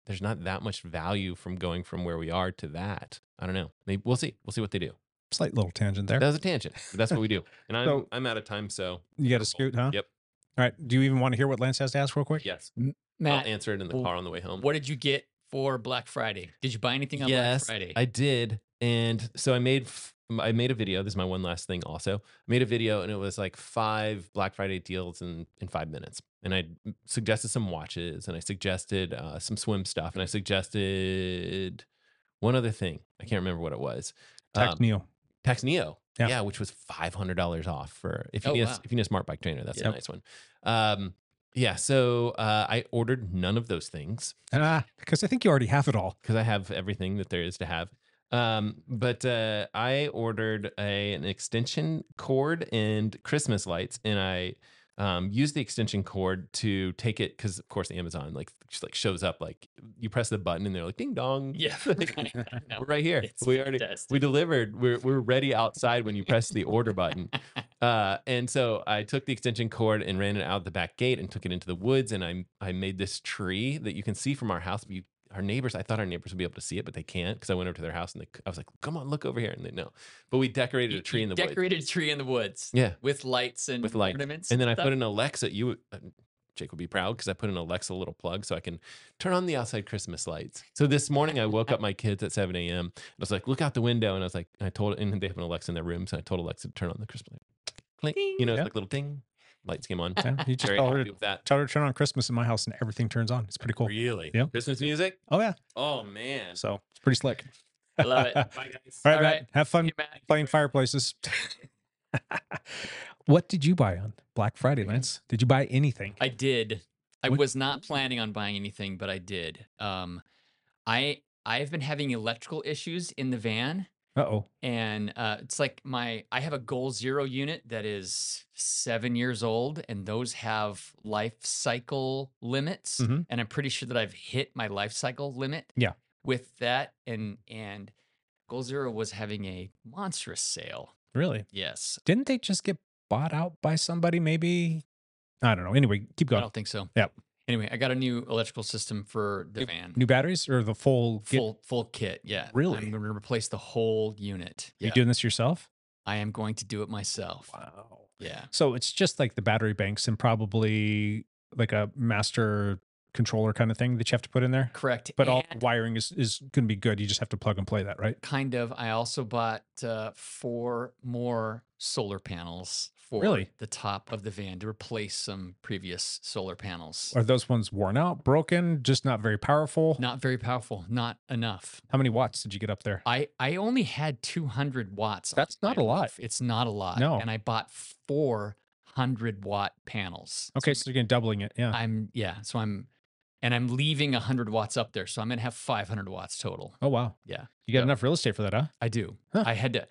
there's not that much value from going from where we are to that. I don't know. Maybe we'll see. We'll see what they do.
Slight little tangent there.
That was a tangent. But that's what we do. And I'm
So-
I'm out of time. So
You got to scoot, huh?
Yep.
All right. Do you even want to hear what Lance has to ask real quick?
Yes.
Matt,
I'll answer it in the
w-
car on the way home.
what did you get for Black Friday? Did you buy anything on
yes,
Black Friday?
I did. And so I made f- I made a video. This is my one last thing. Also, I made a video, and it was like five Black Friday deals in in five minutes. And I suggested some watches, and I suggested uh, some swim stuff, and I suggested one other thing. I can't remember what it was.
Tax
Um,
Neo.
Tax Neo. Yeah.
Yeah.
which was five hundred dollars off for if you
Oh,
need a,
wow.
if you need a smart bike trainer, that's a
Yep.
nice one. Um, yeah, so uh, I ordered none of those things
Ah, because I think you already have it all.
because I have everything that there is to have. Um, but uh, I ordered a, an extension cord and Christmas lights, and I um, used the extension cord to take it because, of course, Amazon like just like shows up like you press the button and they're like ding dong,
yeah.
Like,
I know.
we're right here.
It's
we already
fantastic.
we delivered. We're we're ready outside when you press the order button. Uh, and so I took the extension cord and ran it out the back gate and took it into the woods and I I made this tree that you can see from our house. You, our neighbors, I thought our neighbors would be able to see it, but they can't because I went over to their house and they, I was like, "Come on, look over here," and they no. But we decorated
You-
a tree
you
in the woods.
decorated a tree in the woods
Yeah,
with lights and
With lights.
ornaments.
and then I
stuff.
put an Alexa. You, would- uh, Jake would be proud because I put an Alexa little plug so I can turn on the outside Christmas lights. So this morning I woke up my kids at 7 a.m. and I was like, look out the window. And I was like, and I told, and they have an Alexa in their room. So I told Alexa to turn on the Christmas light. Clink. You know, it's
Yeah.
like little ding. Lights came on.
Yeah, you just
Very
tell her,
happy
to,
with that.
tell her to turn on Christmas in my house and everything turns on. It's pretty cool.
Really?
Yeah.
Christmas music?
Oh, yeah.
Oh, man.
So it's pretty slick.
I love it.
All
Bye, guys.
right, Matt. Have
See
fun
you, Matt.
playing fireplaces. what did you buy on Black Friday, Lance? Did you buy anything?
I did. I
What-
was not planning on buying anything, but I did. Um, I I've been having electrical issues in the van,
Uh oh.
and uh, it's like my I have a Goal Zero unit that is seven years old, and those have life cycle limits,
Mhm.
and I'm pretty sure that I've hit my life cycle limit.
Yeah.
With that, and and Goal Zero was having a monstrous sale.
Really?
Yes,
Didn't they just get bought out by somebody? Maybe. I don't know. Anyway, keep
I
going.
don't think so.
Yep.
Anyway, I got a new electrical system for the van.
New batteries or the full? get-
full full kit. Yeah,
Really?
I'm going to replace the whole unit.
You
Yeah,
doing this yourself?
I am going to do it myself.
Wow.
Yeah,
So it's just like the battery banks and probably like a master controller kind of thing that you have to put in there.
correct.
But all
And
wiring is, is going to be good. You just have to plug and play that, right?
kind of. I also bought uh, four more solar panels for
Really?
the top of the van to replace some previous solar panels.
Are those ones worn out, broken, just not very powerful?
Not very powerful, not enough.
How many watts did you get up there?
I, I only had 200 watts. on
That's
my
not a lot.
roof. It's not a lot.
No.
And I bought 400 watt panels.
Okay, so you're gonna doubling it. Yeah.
I'm, yeah. So I'm, and I'm leaving 100 watts up there. So I'm going to have 500 watts total.
oh wow.
Yeah.
You got
So-
enough real estate for that, huh?
I do.
Huh.
I had to.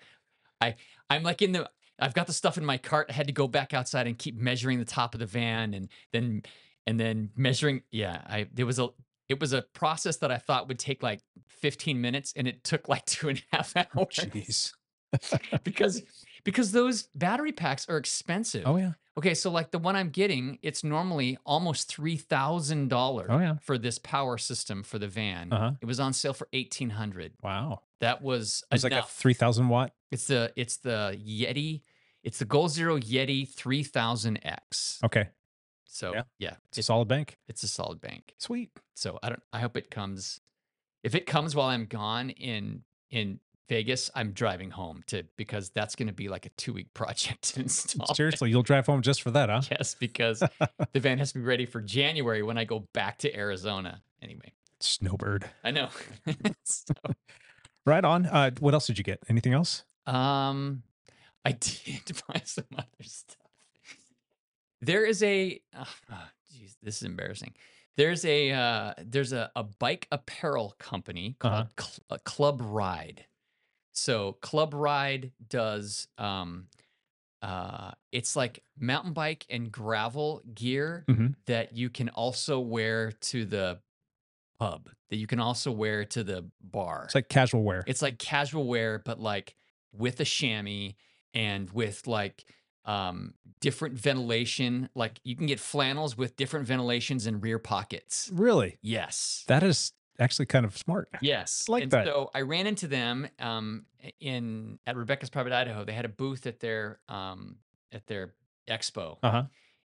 I I'm like in the. I've got the stuff in my cart. I had to go back outside and keep measuring the top of the van, and then and then measuring. Yeah, I there was a it was a process that I thought would take like 15 minutes, and it took like two and a half hours
Jeez.
because because those battery packs are expensive.
Oh yeah.
Okay, so like the one I'm getting, it's normally almost three thousand dollars
Oh, yeah.
for this power system for the van.
Uh-huh.
It was on sale for eighteen hundred.
Wow.
That was
It's like a
enough.
three thousand watt.
It's the it's the Yeti. It's the Goal Zero Yeti 3000X.
Okay.
So
Yeah.
yeah,
It's a
it's,
solid bank.
it's a solid bank.
Sweet.
So I don't. I hope it comes. If it comes while I'm gone in in Vegas, I'm driving home to because that's going to be like a two week project to install.
Seriously, you'll drive home just for that, huh?
Yes, because the van has to be ready for January when I go back to Arizona. Anyway,
Snowbird.
I know. So-
Right on. Uh, what else did you get? Anything else?
Um, I did buy some other stuff. There is a, ah, ah, jeez, this is embarrassing. There's a uh, there's a, a bike apparel company
Uh-huh.
called Cl- uh, Club Ride. So Club Ride does um, uh, it's like mountain bike and gravel gear
Mhm.
that you can also wear to the pub. That you can also wear to the bar.
It's like casual wear.
It's like casual wear, but like with a chamois and with like um different ventilation. Like you can get flannels with different ventilations and rear pockets.
really
Yes.
that is actually kind of smart.
Yes.
like
and
that.
So I ran into them um in at Rebecca's Private Idaho. They had a booth at their um at their expo.
Uh huh.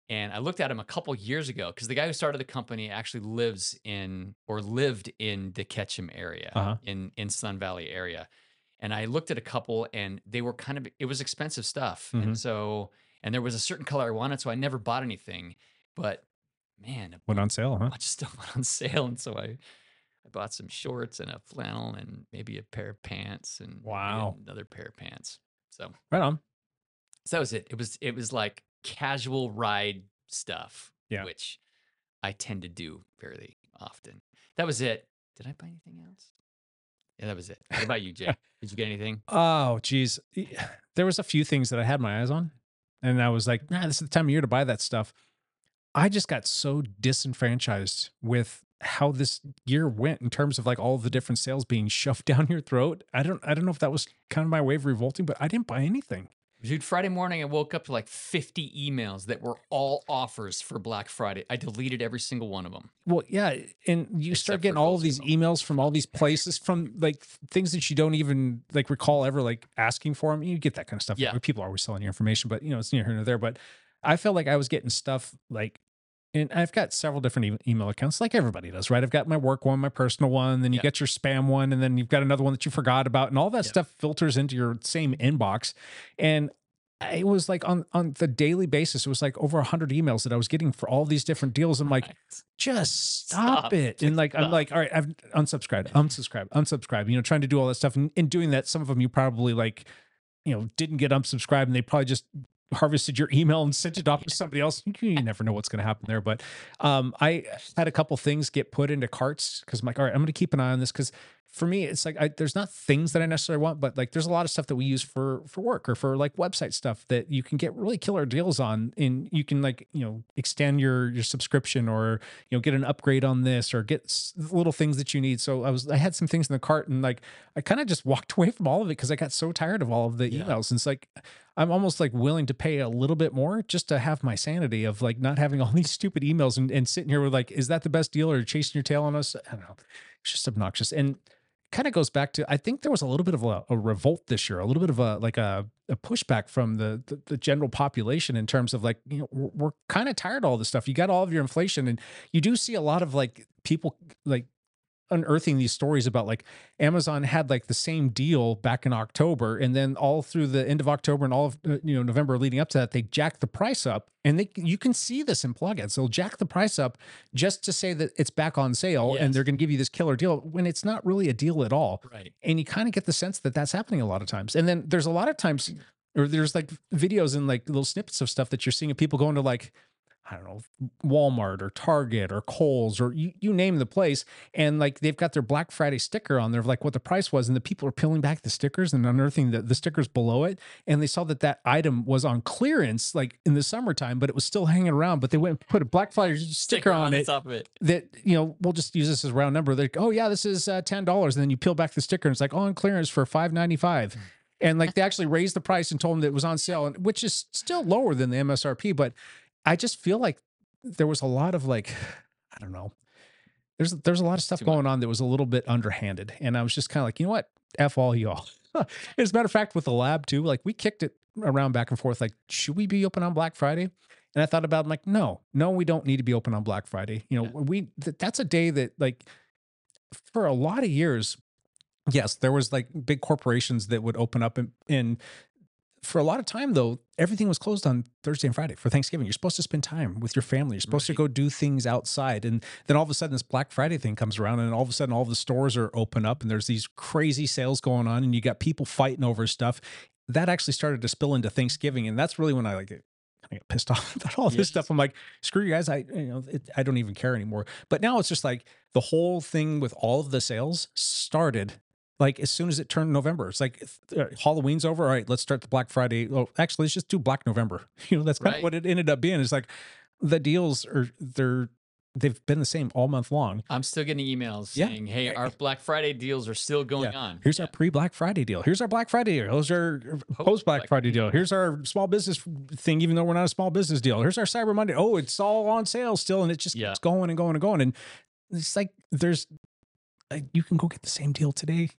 And I looked at him a couple years ago because the guy who started the company actually lives in or lived in the Ketchum area,
Uh-huh.
in in Sun Valley area. And I looked at a couple, and they were kind of it was expensive stuff,
Mhm.
and so and there was a certain color I wanted, so I never bought anything. But man,
Went on sale,
a
huh?
bunch of stuff went on sale, and so I I bought some shorts and a flannel and maybe a pair of pants and maybe
Wow.
another pair of pants. So
Right on.
so that was it. It was it was like casual ride stuff,
Yeah.
which I tend to do fairly often. That was it. Did I buy anything else? Yeah, that was it. What about you, Jake? Did you get anything?
Oh, geez. E- There was a few things that I had my eyes on, and I was like, nah, this is the time of year to buy that stuff. I just got so disenfranchised with how this year went in terms of like all the different sales being shoved down your throat. I don't I don't know if that was kind of my way of revolting, but I didn't buy anything.
Dude, Friday morning I woke up to like 50 emails that were all offers for Black Friday. I deleted every single one of them.
Well, yeah, and you
Except
start
for
getting all
those
of these emails from all these places from like th- things that you don't even like recall ever like asking for them. You get that kind of stuff.
Yeah.
people are always selling your information, but you know it's near here and there. But I felt like I was getting stuff like, and I've got several different e- email accounts, like everybody does, right? I've got my work one, my personal one, then you
Yeah.
get your spam one, and then you've got another one that you forgot about, and all that
Yeah.
stuff filters into your same inbox, and. I- It was like on on the daily basis. It was like over hundred emails that I was getting for all these different deals. I'm like, just stop,
Stop.
it.
Just
And like, I'm
stop.
like, all right, I've unsubscribed, unsubscribed, unsubscribed, you know, trying to do all that stuff. And in doing that, some of them you probably like, you know, didn't get unsubscribed and they probably just harvested your email and sent it off to somebody else. You never know what's going to happen there. But um, I had a couple things get put into carts because I'm like, all right, I'm going to keep an eye on this because for me, it's like I, there's not things that I necessarily want, but like there's a lot of stuff that we use for for work or for like website stuff that you can get really killer deals on, and you can like you know extend your your subscription or you know get an upgrade on this or get s- little things that you need. So I was I had some things in the cart and like I kind of just walked away from all of it because I got so tired of all of the
Yeah.
emails. And it's like I'm almost like willing to pay a little bit more just to have my sanity of like not having all these stupid emails and, and sitting here with like, is that the best deal or chasing your tail on us? I don't know. It's just obnoxious. And kind of goes back to I think there was a little bit of a, a revolt this year, a little bit of a like a, a pushback from the, the the general population in terms of like you know we're, we're kind of tired of all this stuff. You got all of your inflation, and you do see a lot of like people like unearthing these stories about like Amazon had like the same deal back in October, and then all through the end of October and all of uh, you know November leading up to that, they jacked the price up, and they you can see this in plugins. They'll jack the price up just to say that it's back on sale,
Yes.
and they're going to give you this killer deal when it's not really a deal at all
Right.
and you kind of get the sense that that's happening a lot of times and then there's a lot of times or there's like videos and like little snippets of stuff that you're seeing of people going to like I don't know, Walmart or Target or Kohl's or you, you name the place. And like they've got their Black Friday sticker on there of like what the price was. And the people are peeling back the stickers and unearthing the, the stickers below it. And they saw that that item was on clearance like in the summertime, but it was still hanging around. But they went and put a Black Friday sticker, on
the
it
top of it.
that you know we'll just use this as a round number. They're like, oh yeah, this is uh, ten dollars, and then you peel back the sticker and it's like, oh, on clearance for five ninety
Hmm.
five, and like they actually raised the price and told them that it was on sale, and which is still lower than the MSRP. But I just feel like there was a lot of like, I don't know, there's there's a lot of stuff
Too much.
going on that was a little bit underhanded, and I was just kind of like, you know what, f all y'all. As a matter of fact, with the lab too, like we kicked it around back and forth. Like, should we be open on Black Friday? And I thought about it, I'm like, no, no, we don't need to be open on Black Friday. You know, we th- that's a day that like for a lot of years, yes, there was like big corporations that would open up and, and for a lot of time though, everything was closed on Thursday and Friday for Thanksgiving. You're supposed to spend time with your family. You're supposed to go do things outside. And then all of a sudden this Black Friday thing comes around and all of a sudden all the stores are open up and there's these crazy sales going on and you got people fighting over stuff. That actually started to spill into Thanksgiving. And that's really when I like it. I get pissed off about all
Yes.
this stuff. I'm like, screw you guys. I you know it, I don't even care anymore. But now it's just like the whole thing with all of the sales started like as soon as it turned November. It's like uh, Halloween's over. All right, let's start the Black Friday. Oh, actually, let's just do Black November. You know, that's kind
Right.
of what it ended up being. It's like the deals are they're they've been the same all month long.
I'm still getting emails
Yeah.
saying, "Hey, our Black Friday deals are still going
Yeah.
on."
Here's our pre Black Friday deal. Here's our Black Friday deal. Here's our post Black Friday deal. Here's our small business thing, even though we're not a small business deal. Here's our Cyber Monday. Oh, it's all on sale still, and it just
Yeah.
keeps going and going and going. And it's like there's, like, you can go get the same deal today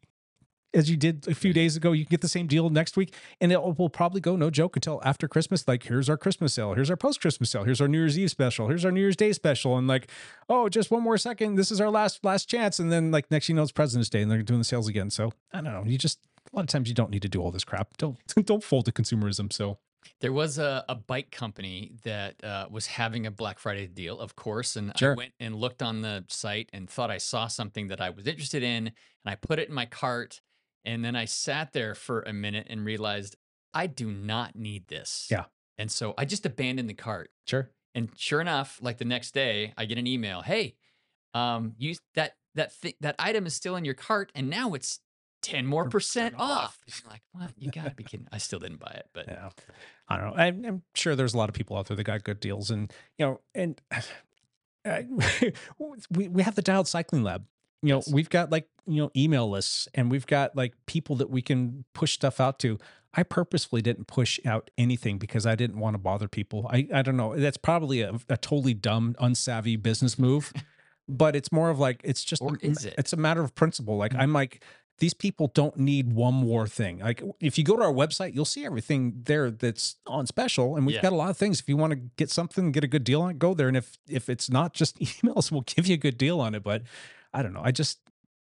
as you did a few days ago. You can get the same deal next week, and it will probably go no joke until after Christmas. Like, here's our Christmas sale. Here's our post Christmas sale. Here's our New Year's Eve special. Here's our New Year's Day special. And like, oh, just one more second. This is our last last chance. And then like next, you know, it's President's Day, and they're doing the sales again. So I don't know. You just a lot of times you don't need to do all this crap. Don't don't fold to consumerism. So
There was a, a bike company that uh, was having a Black Friday deal, of course, and I
Sure.
went and looked on the site and thought I saw something that I was interested in, and I put it in my cart, and then I sat there for a minute and realized I do not need this.
Yeah.
And so I just abandoned the cart.
sure,
And sure enough, like the next day, I get an email. Hey, um, you that that thi- that item is still in your cart, and now it's ten more percent off. I'm like, what? You gotta be kidding! I still didn't buy it, but
yeah. I don't know. I'm, I'm sure there's a lot of people out there that got good deals, and you know, and I, we we have the dialed cycling lab. You know,
Yes.
we've got like you know email lists, and we've got like people that we can push stuff out to. I purposefully didn't push out anything because I didn't want to bother people. I I don't know. That's probably a, a totally dumb, unsavvy business move, but it's more of like it's just
Or
a m-
is it? Mm-hmm.
It's a matter of principle. Like I'm like these people don't need one more thing. Like if you go to our website, you'll see everything there that's on special, and we've
Yeah.
got a lot of things. If you want to get something, get a good deal on it, go there. And if if it's not just emails, we'll give you a good deal on it. But I don't know. I just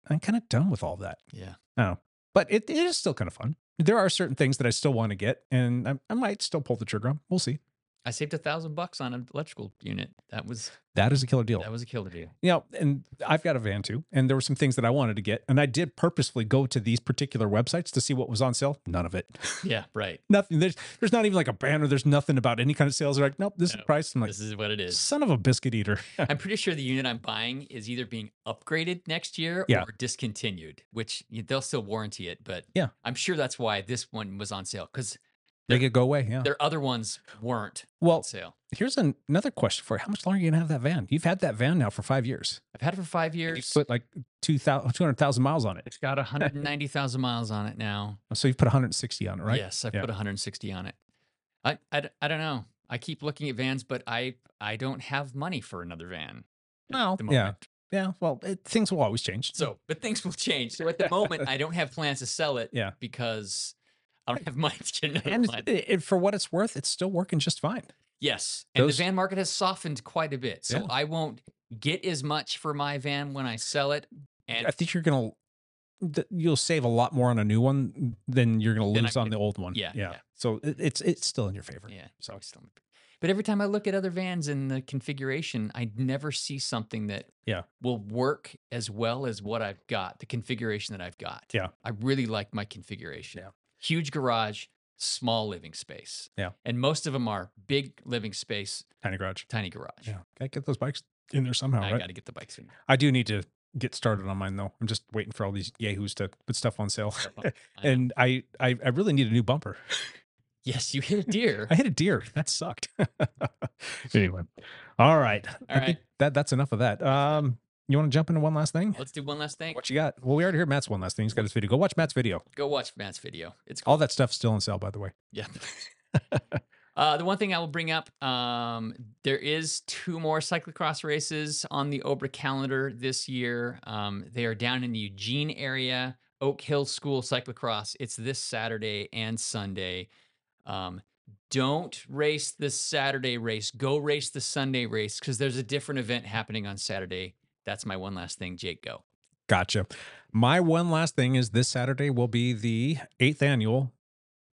I'm kind of done with all that. Oh,
yeah.
But it, it is still kind of fun. There are certain things that I still want to get, and I, I might still pull the trigger on. We'll see.
I saved a thousand bucks on an electrical unit. That was
That is a killer deal.
that was a killer deal.
you know, and I've got a van too, and there were some things that I wanted to get, and I did purposefully go to these particular websites to see what was on sale. None of it.
Yeah, right.
nothing. There's there's not even like a banner. There's nothing about any kind of sales. They're like, nope, this is
No,
the price. I'm like,
This is what it is.
son of a biscuit eater.
I'm pretty sure the unit I'm buying is either being upgraded next year
Yeah.
or discontinued, which y- they'll still warranty it. But
Yeah.
I'm sure that's why this one was on sale because
they could go away. Yeah.
their other ones weren't on
Well,
sale.
here's an, another question for you. How much longer are you gonna have that van? You've had that van now for five years.
I've had it for five
You
years.
put like 2,000 200,000 miles on it.
It's got 190,000 miles on it now.
So you've put 160 on it, right?
Yes, I've
Yeah.
put 160 on it. I, I, d- I don't know. I keep looking at vans, but I I don't have money for another van. at
Well,
the
yeah.
moment.
Yeah. Well, it, things will always change.
So, but things will change. So at the moment, I don't have plans to sell it.
Yeah.
Because I don't have money to get another
and
one.
it, it- for what it's worth, it's still working just fine.
yes. And
those-
the van market has softened quite a bit. So
Yeah.
I won't get as much for my van when I sell it, And
I think you're gonna th- you'll save a lot more on a new one than you're gonna
Than I
lose on
could.
the old one.
Yeah,
yeah.
yeah.
So it, it's it's still in your favor.
Yeah.
So
still my pick. But every time I look at other vans and the configuration, I never see something that
Yeah.
will work as well as what I've got, the configuration that I've got.
Yeah.
I really like my configuration.
Yeah.
Huge garage, small living space.
Yeah.
And most of them are big living space,
tiny garage.
tiny garage.
Yeah. Gotta get those bikes in there somehow,
I
right?
got to get the bikes in.
I do need to get started on mine though. I'm just waiting for all these yahoos to put stuff on sale.
Stuff on- I know.
and I, I I really need a new bumper.
yes, you hit a deer.
I hit a deer. That sucked. anyway. All right. I
right.
think that that's enough of that. Um you want to jump into one last thing?
Let's do one last thing.
What you got? Well, we already heard Matt's one last thing. He's got his video. Go watch Matt's video.
Go watch Matt's video. It's cool.
All that stuff's still on sale, by the way.
Yeah. uh, the one thing I will bring up, um, there is two more cyclocross races on the Obra calendar this year. Um, they are down in the Eugene area, Oak Hill School Cyclocross. It's this Saturday and Sunday. Um, don't race the Saturday race. Go race the Sunday race because there's a different event happening on Saturday. That's my one last thing, Jake. Go.
Gotcha. My one last thing is this Saturday will be the eighth annual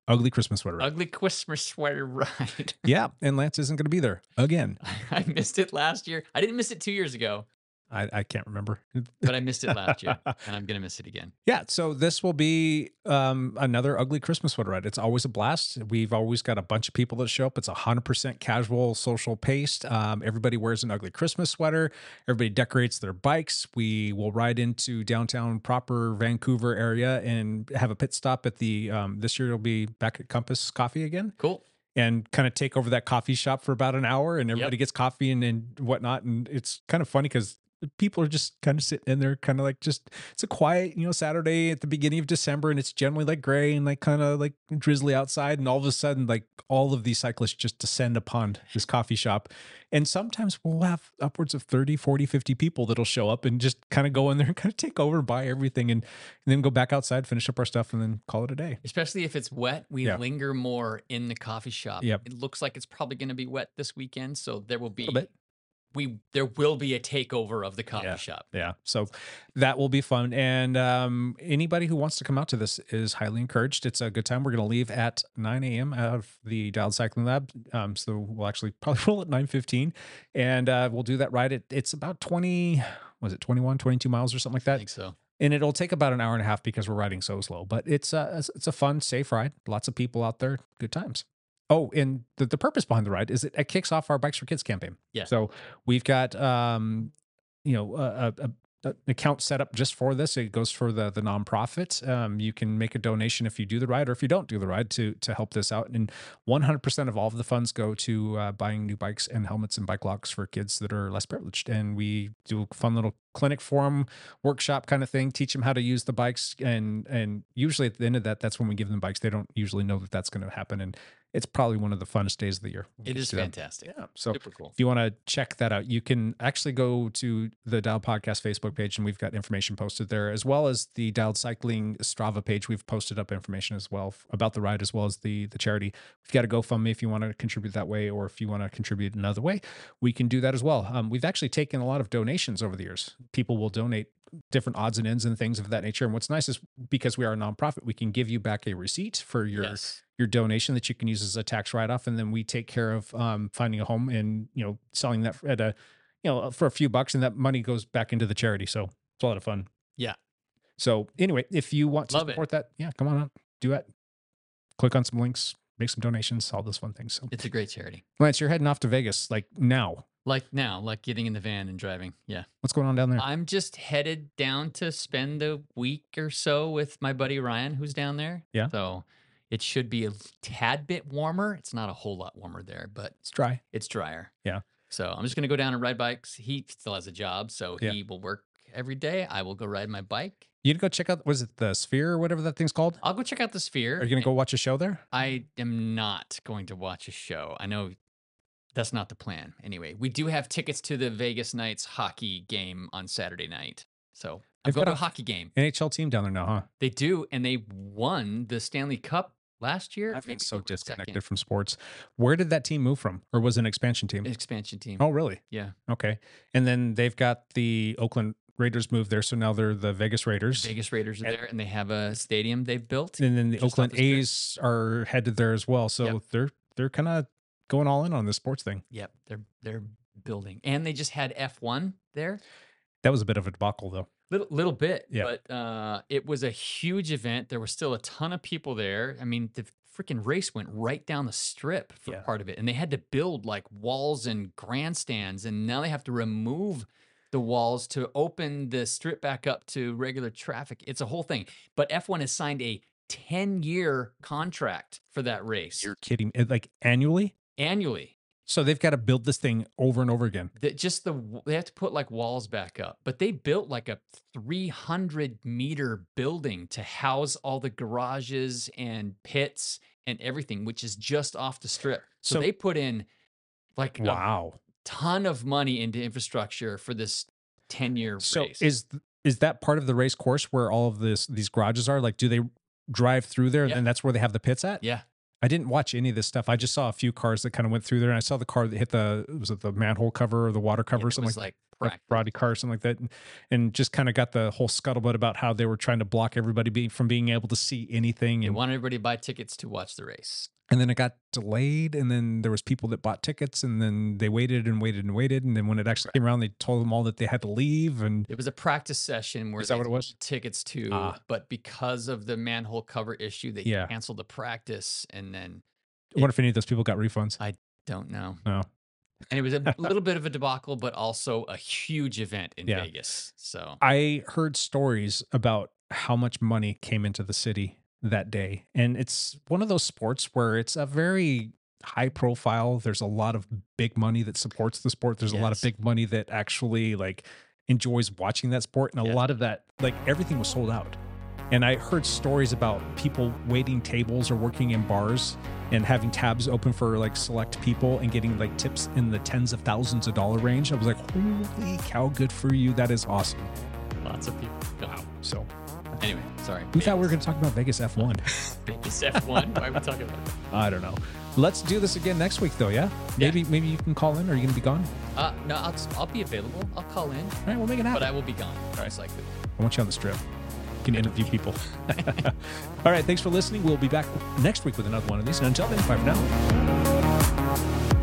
Ugly Christmas Sweater. Ride.
Ugly Christmas sweater ride.
yeah, and Lance isn't going to be there again.
I missed it last year. I didn't miss it two years ago.
I, I can't remember.
but I missed it last year, and I'm gonna miss it again.
Yeah, so this will be um, another ugly Christmas sweater ride. It's always a blast. We've always got a bunch of people that show up. It's 100% casual social paste. Um, everybody wears an ugly Christmas sweater. Everybody decorates their bikes. We will ride into downtown proper Vancouver area and have a pit stop at the, um, this year it'll be back at Compass Coffee again
Cool.
and kind of take over that coffee shop for about an hour and everybody gets coffee and, and whatnot. And it's kind of funny because people are just kind of sitting in there, kind of like just it's a quiet, you know, Saturday at the beginning of December and it's generally like gray and like kind of like drizzly outside. And all of a sudden, like all of these cyclists just descend upon this coffee shop. And sometimes we'll have upwards of 30, 40, 50 people that'll show up and just kind of go in there and kind of take over, buy everything and, and then go back outside, finish up our stuff and then call it a day.
Especially if it's wet, we
Yeah.
linger more in the coffee shop.
Yep.
It looks like it's probably gonna be wet this weekend, so there will be
bit.
we there will be a takeover of the coffee shop.
yeah so that will be fun and um, anybody who wants to come out to this is highly encouraged it's a good time we're going to leave at 9 a.m out of the dialed cycling lab um, so we'll actually probably roll at 9.15 and uh, we'll do that ride at, it's about 20 was it 21 22 miles or something like
I
that
think so.
and it'll take about an hour and a half because we're riding so slow but it's a it's a fun safe ride lots of people out there good times oh and the, the purpose behind the ride is it, it kicks off our bikes for kids campaign
Yeah.
so we've got um you know a, a, a an account set up just for this it goes for the the nonprofit um you can make a donation if you do the ride or if you don't do the ride to to help this out and 100% of all of the funds go to uh, buying new bikes and helmets and bike locks for kids that are less privileged and we do a fun little clinic for them workshop kind of thing teach them how to use the bikes and and usually at the end of that that's when we give them bikes they don't usually know that that's going to happen and it's probably one of the funnest days of the year
It is
fantastic.
fantastic.
yeah so
Super cool.
if you want to check that out, you can actually go to the Dial Podcast Facebook page, and we've got information posted there, as well as the Dialed Cycling Strava page. We've posted up information as well f- about the ride, as well as the the charity. We've got a GoFundMe if you want to contribute that way, or if you want to contribute another way, we can do that as well. Um, we've actually taken a lot of donations over the years. People will donate different odds and ends and things of that nature. And what's nice is because we are a nonprofit, we can give you back a receipt for your
Yes.
your donation that you can use as a tax write-off and then we take care of um, finding a home and you know selling that at a you know for a few bucks and that money goes back into the charity so it's a lot of fun
Yeah.
so anyway if you want to
Love it.
support that yeah come on out do it click on some links make some donations all those fun things so
It's a great charity.
lance you're heading off to vegas like now
Like now, like getting in the van and driving. Yeah.
what's going on down there
I'm just headed down to spend a week or so with my buddy Ryan, who's down there.
Yeah.
So it should be a tad bit warmer. It's not a whole lot warmer there, but
it's dry
it's drier.
Yeah.
So I'm just gonna go down and ride bikes. He still has a job, so
Yeah.
he will work every day. I will go ride my bike.
you gonna go check out was it the sphere or whatever that thing's called
I'll go check out the sphere.
are you gonna
and
go watch a show there
I am not going to watch a show. I know that's not the plan. Anyway, we do have tickets to the Vegas Knights hockey game on Saturday night. So I'm
They've
going
got
to
a-
a hockey game.
nhl team down there now huh
They do, and they won the Stanley Cup last year.
I've been
maybe
so
they were second.
disconnected from sports. Where did that team move from? Or was it an expansion team?
Expansion team.
Oh, really?
Yeah.
Okay. And then they've got the Oakland Raiders moved there, so now they're the Vegas Raiders.
Vegas Raiders are there, and they have a stadium they've built.
And then the
Just
Oakland
off the strip.
A's are headed there as well. So
Yep.
they're they're kind of going all in on this sports thing.
Yep, they're they're building, and they just had F one there,
That was a bit of a debacle though.
little little bit,
Yeah.
but uh, it was a huge event. There were still a ton of people there. I mean, the freaking race went right down the strip for
Yeah.
part of it, and they had to build like walls and grandstands, and now they have to remove the walls to open the strip back up to regular traffic. It's a whole thing. But F one has signed a ten year contract for that race
Kidding, it- like annually.
annually.
So they've got to build this thing over and over again.
that just the w- they have to put like walls back up but they built like a 300 meter building to house all the garages and pits and everything which is just off the strip so,
So-
they put in like a
Wow.
ton of money into infrastructure for this 10 year
So
race
is th- is that part of the race course where all of this these garages are? Like, do they drive through there
Yeah.
and then that's where they have the pits at?
yeah
I didn't watch any of this stuff. I just saw a few cars that kind of went through there, and I saw the car that hit the was it the manhole cover or the water
it
cover or
was
something
like,
like
prac-
a Roddy car, or something like that, and, and just kind of got the whole scuttlebutt about how they were trying to block everybody be, from being able to see anything,
they
and,
wanted everybody to buy tickets to watch the race
and then it got delayed, and then there was people that bought tickets, and then they waited and waited and waited, and then when it actually came around, they told them all that they had to leave, and
it was a practice session where
is that
they
what it was?
tickets to,
Ah.
but because of the manhole cover issue, they
Yeah.
canceled the practice and then
I wonder if any of those people got refunds.
don't know.
No,
And it was a little bit of a debacle, but also a huge event in
Yeah.
Vegas. So
I heard stories about how much money came into the city that day. And it's one of those sports where it's a very high profile. There's a lot of big money that supports the sport. There's a lot of
Yes.
big money that actually like enjoys watching that sport. And a
Yeah.
lot of that, like everything was sold out. And I heard stories about people waiting tables or working in bars and having tabs open for like select people and getting like tips in the tens of thousands of dollar range. I was like, holy cow, good for you. That is awesome.
lots of people. Wow.
So
Anyway, sorry.
we thought we were going to talk about Vegas F1.
Vegas F1. Why are we talking about that?
I don't know. Let's do this again next week, though. Yeah, maybe maybe you can call in. Or are you going to be gone?
Uh, no, I'll, just- I'll be available. I'll call in,
All right, we'll make it
but
happen.
I will be gone. Most likely.
I want you on the strip. You can interview people. All right, thanks for listening. We'll be back next week with another one of these. And until then, bye for now.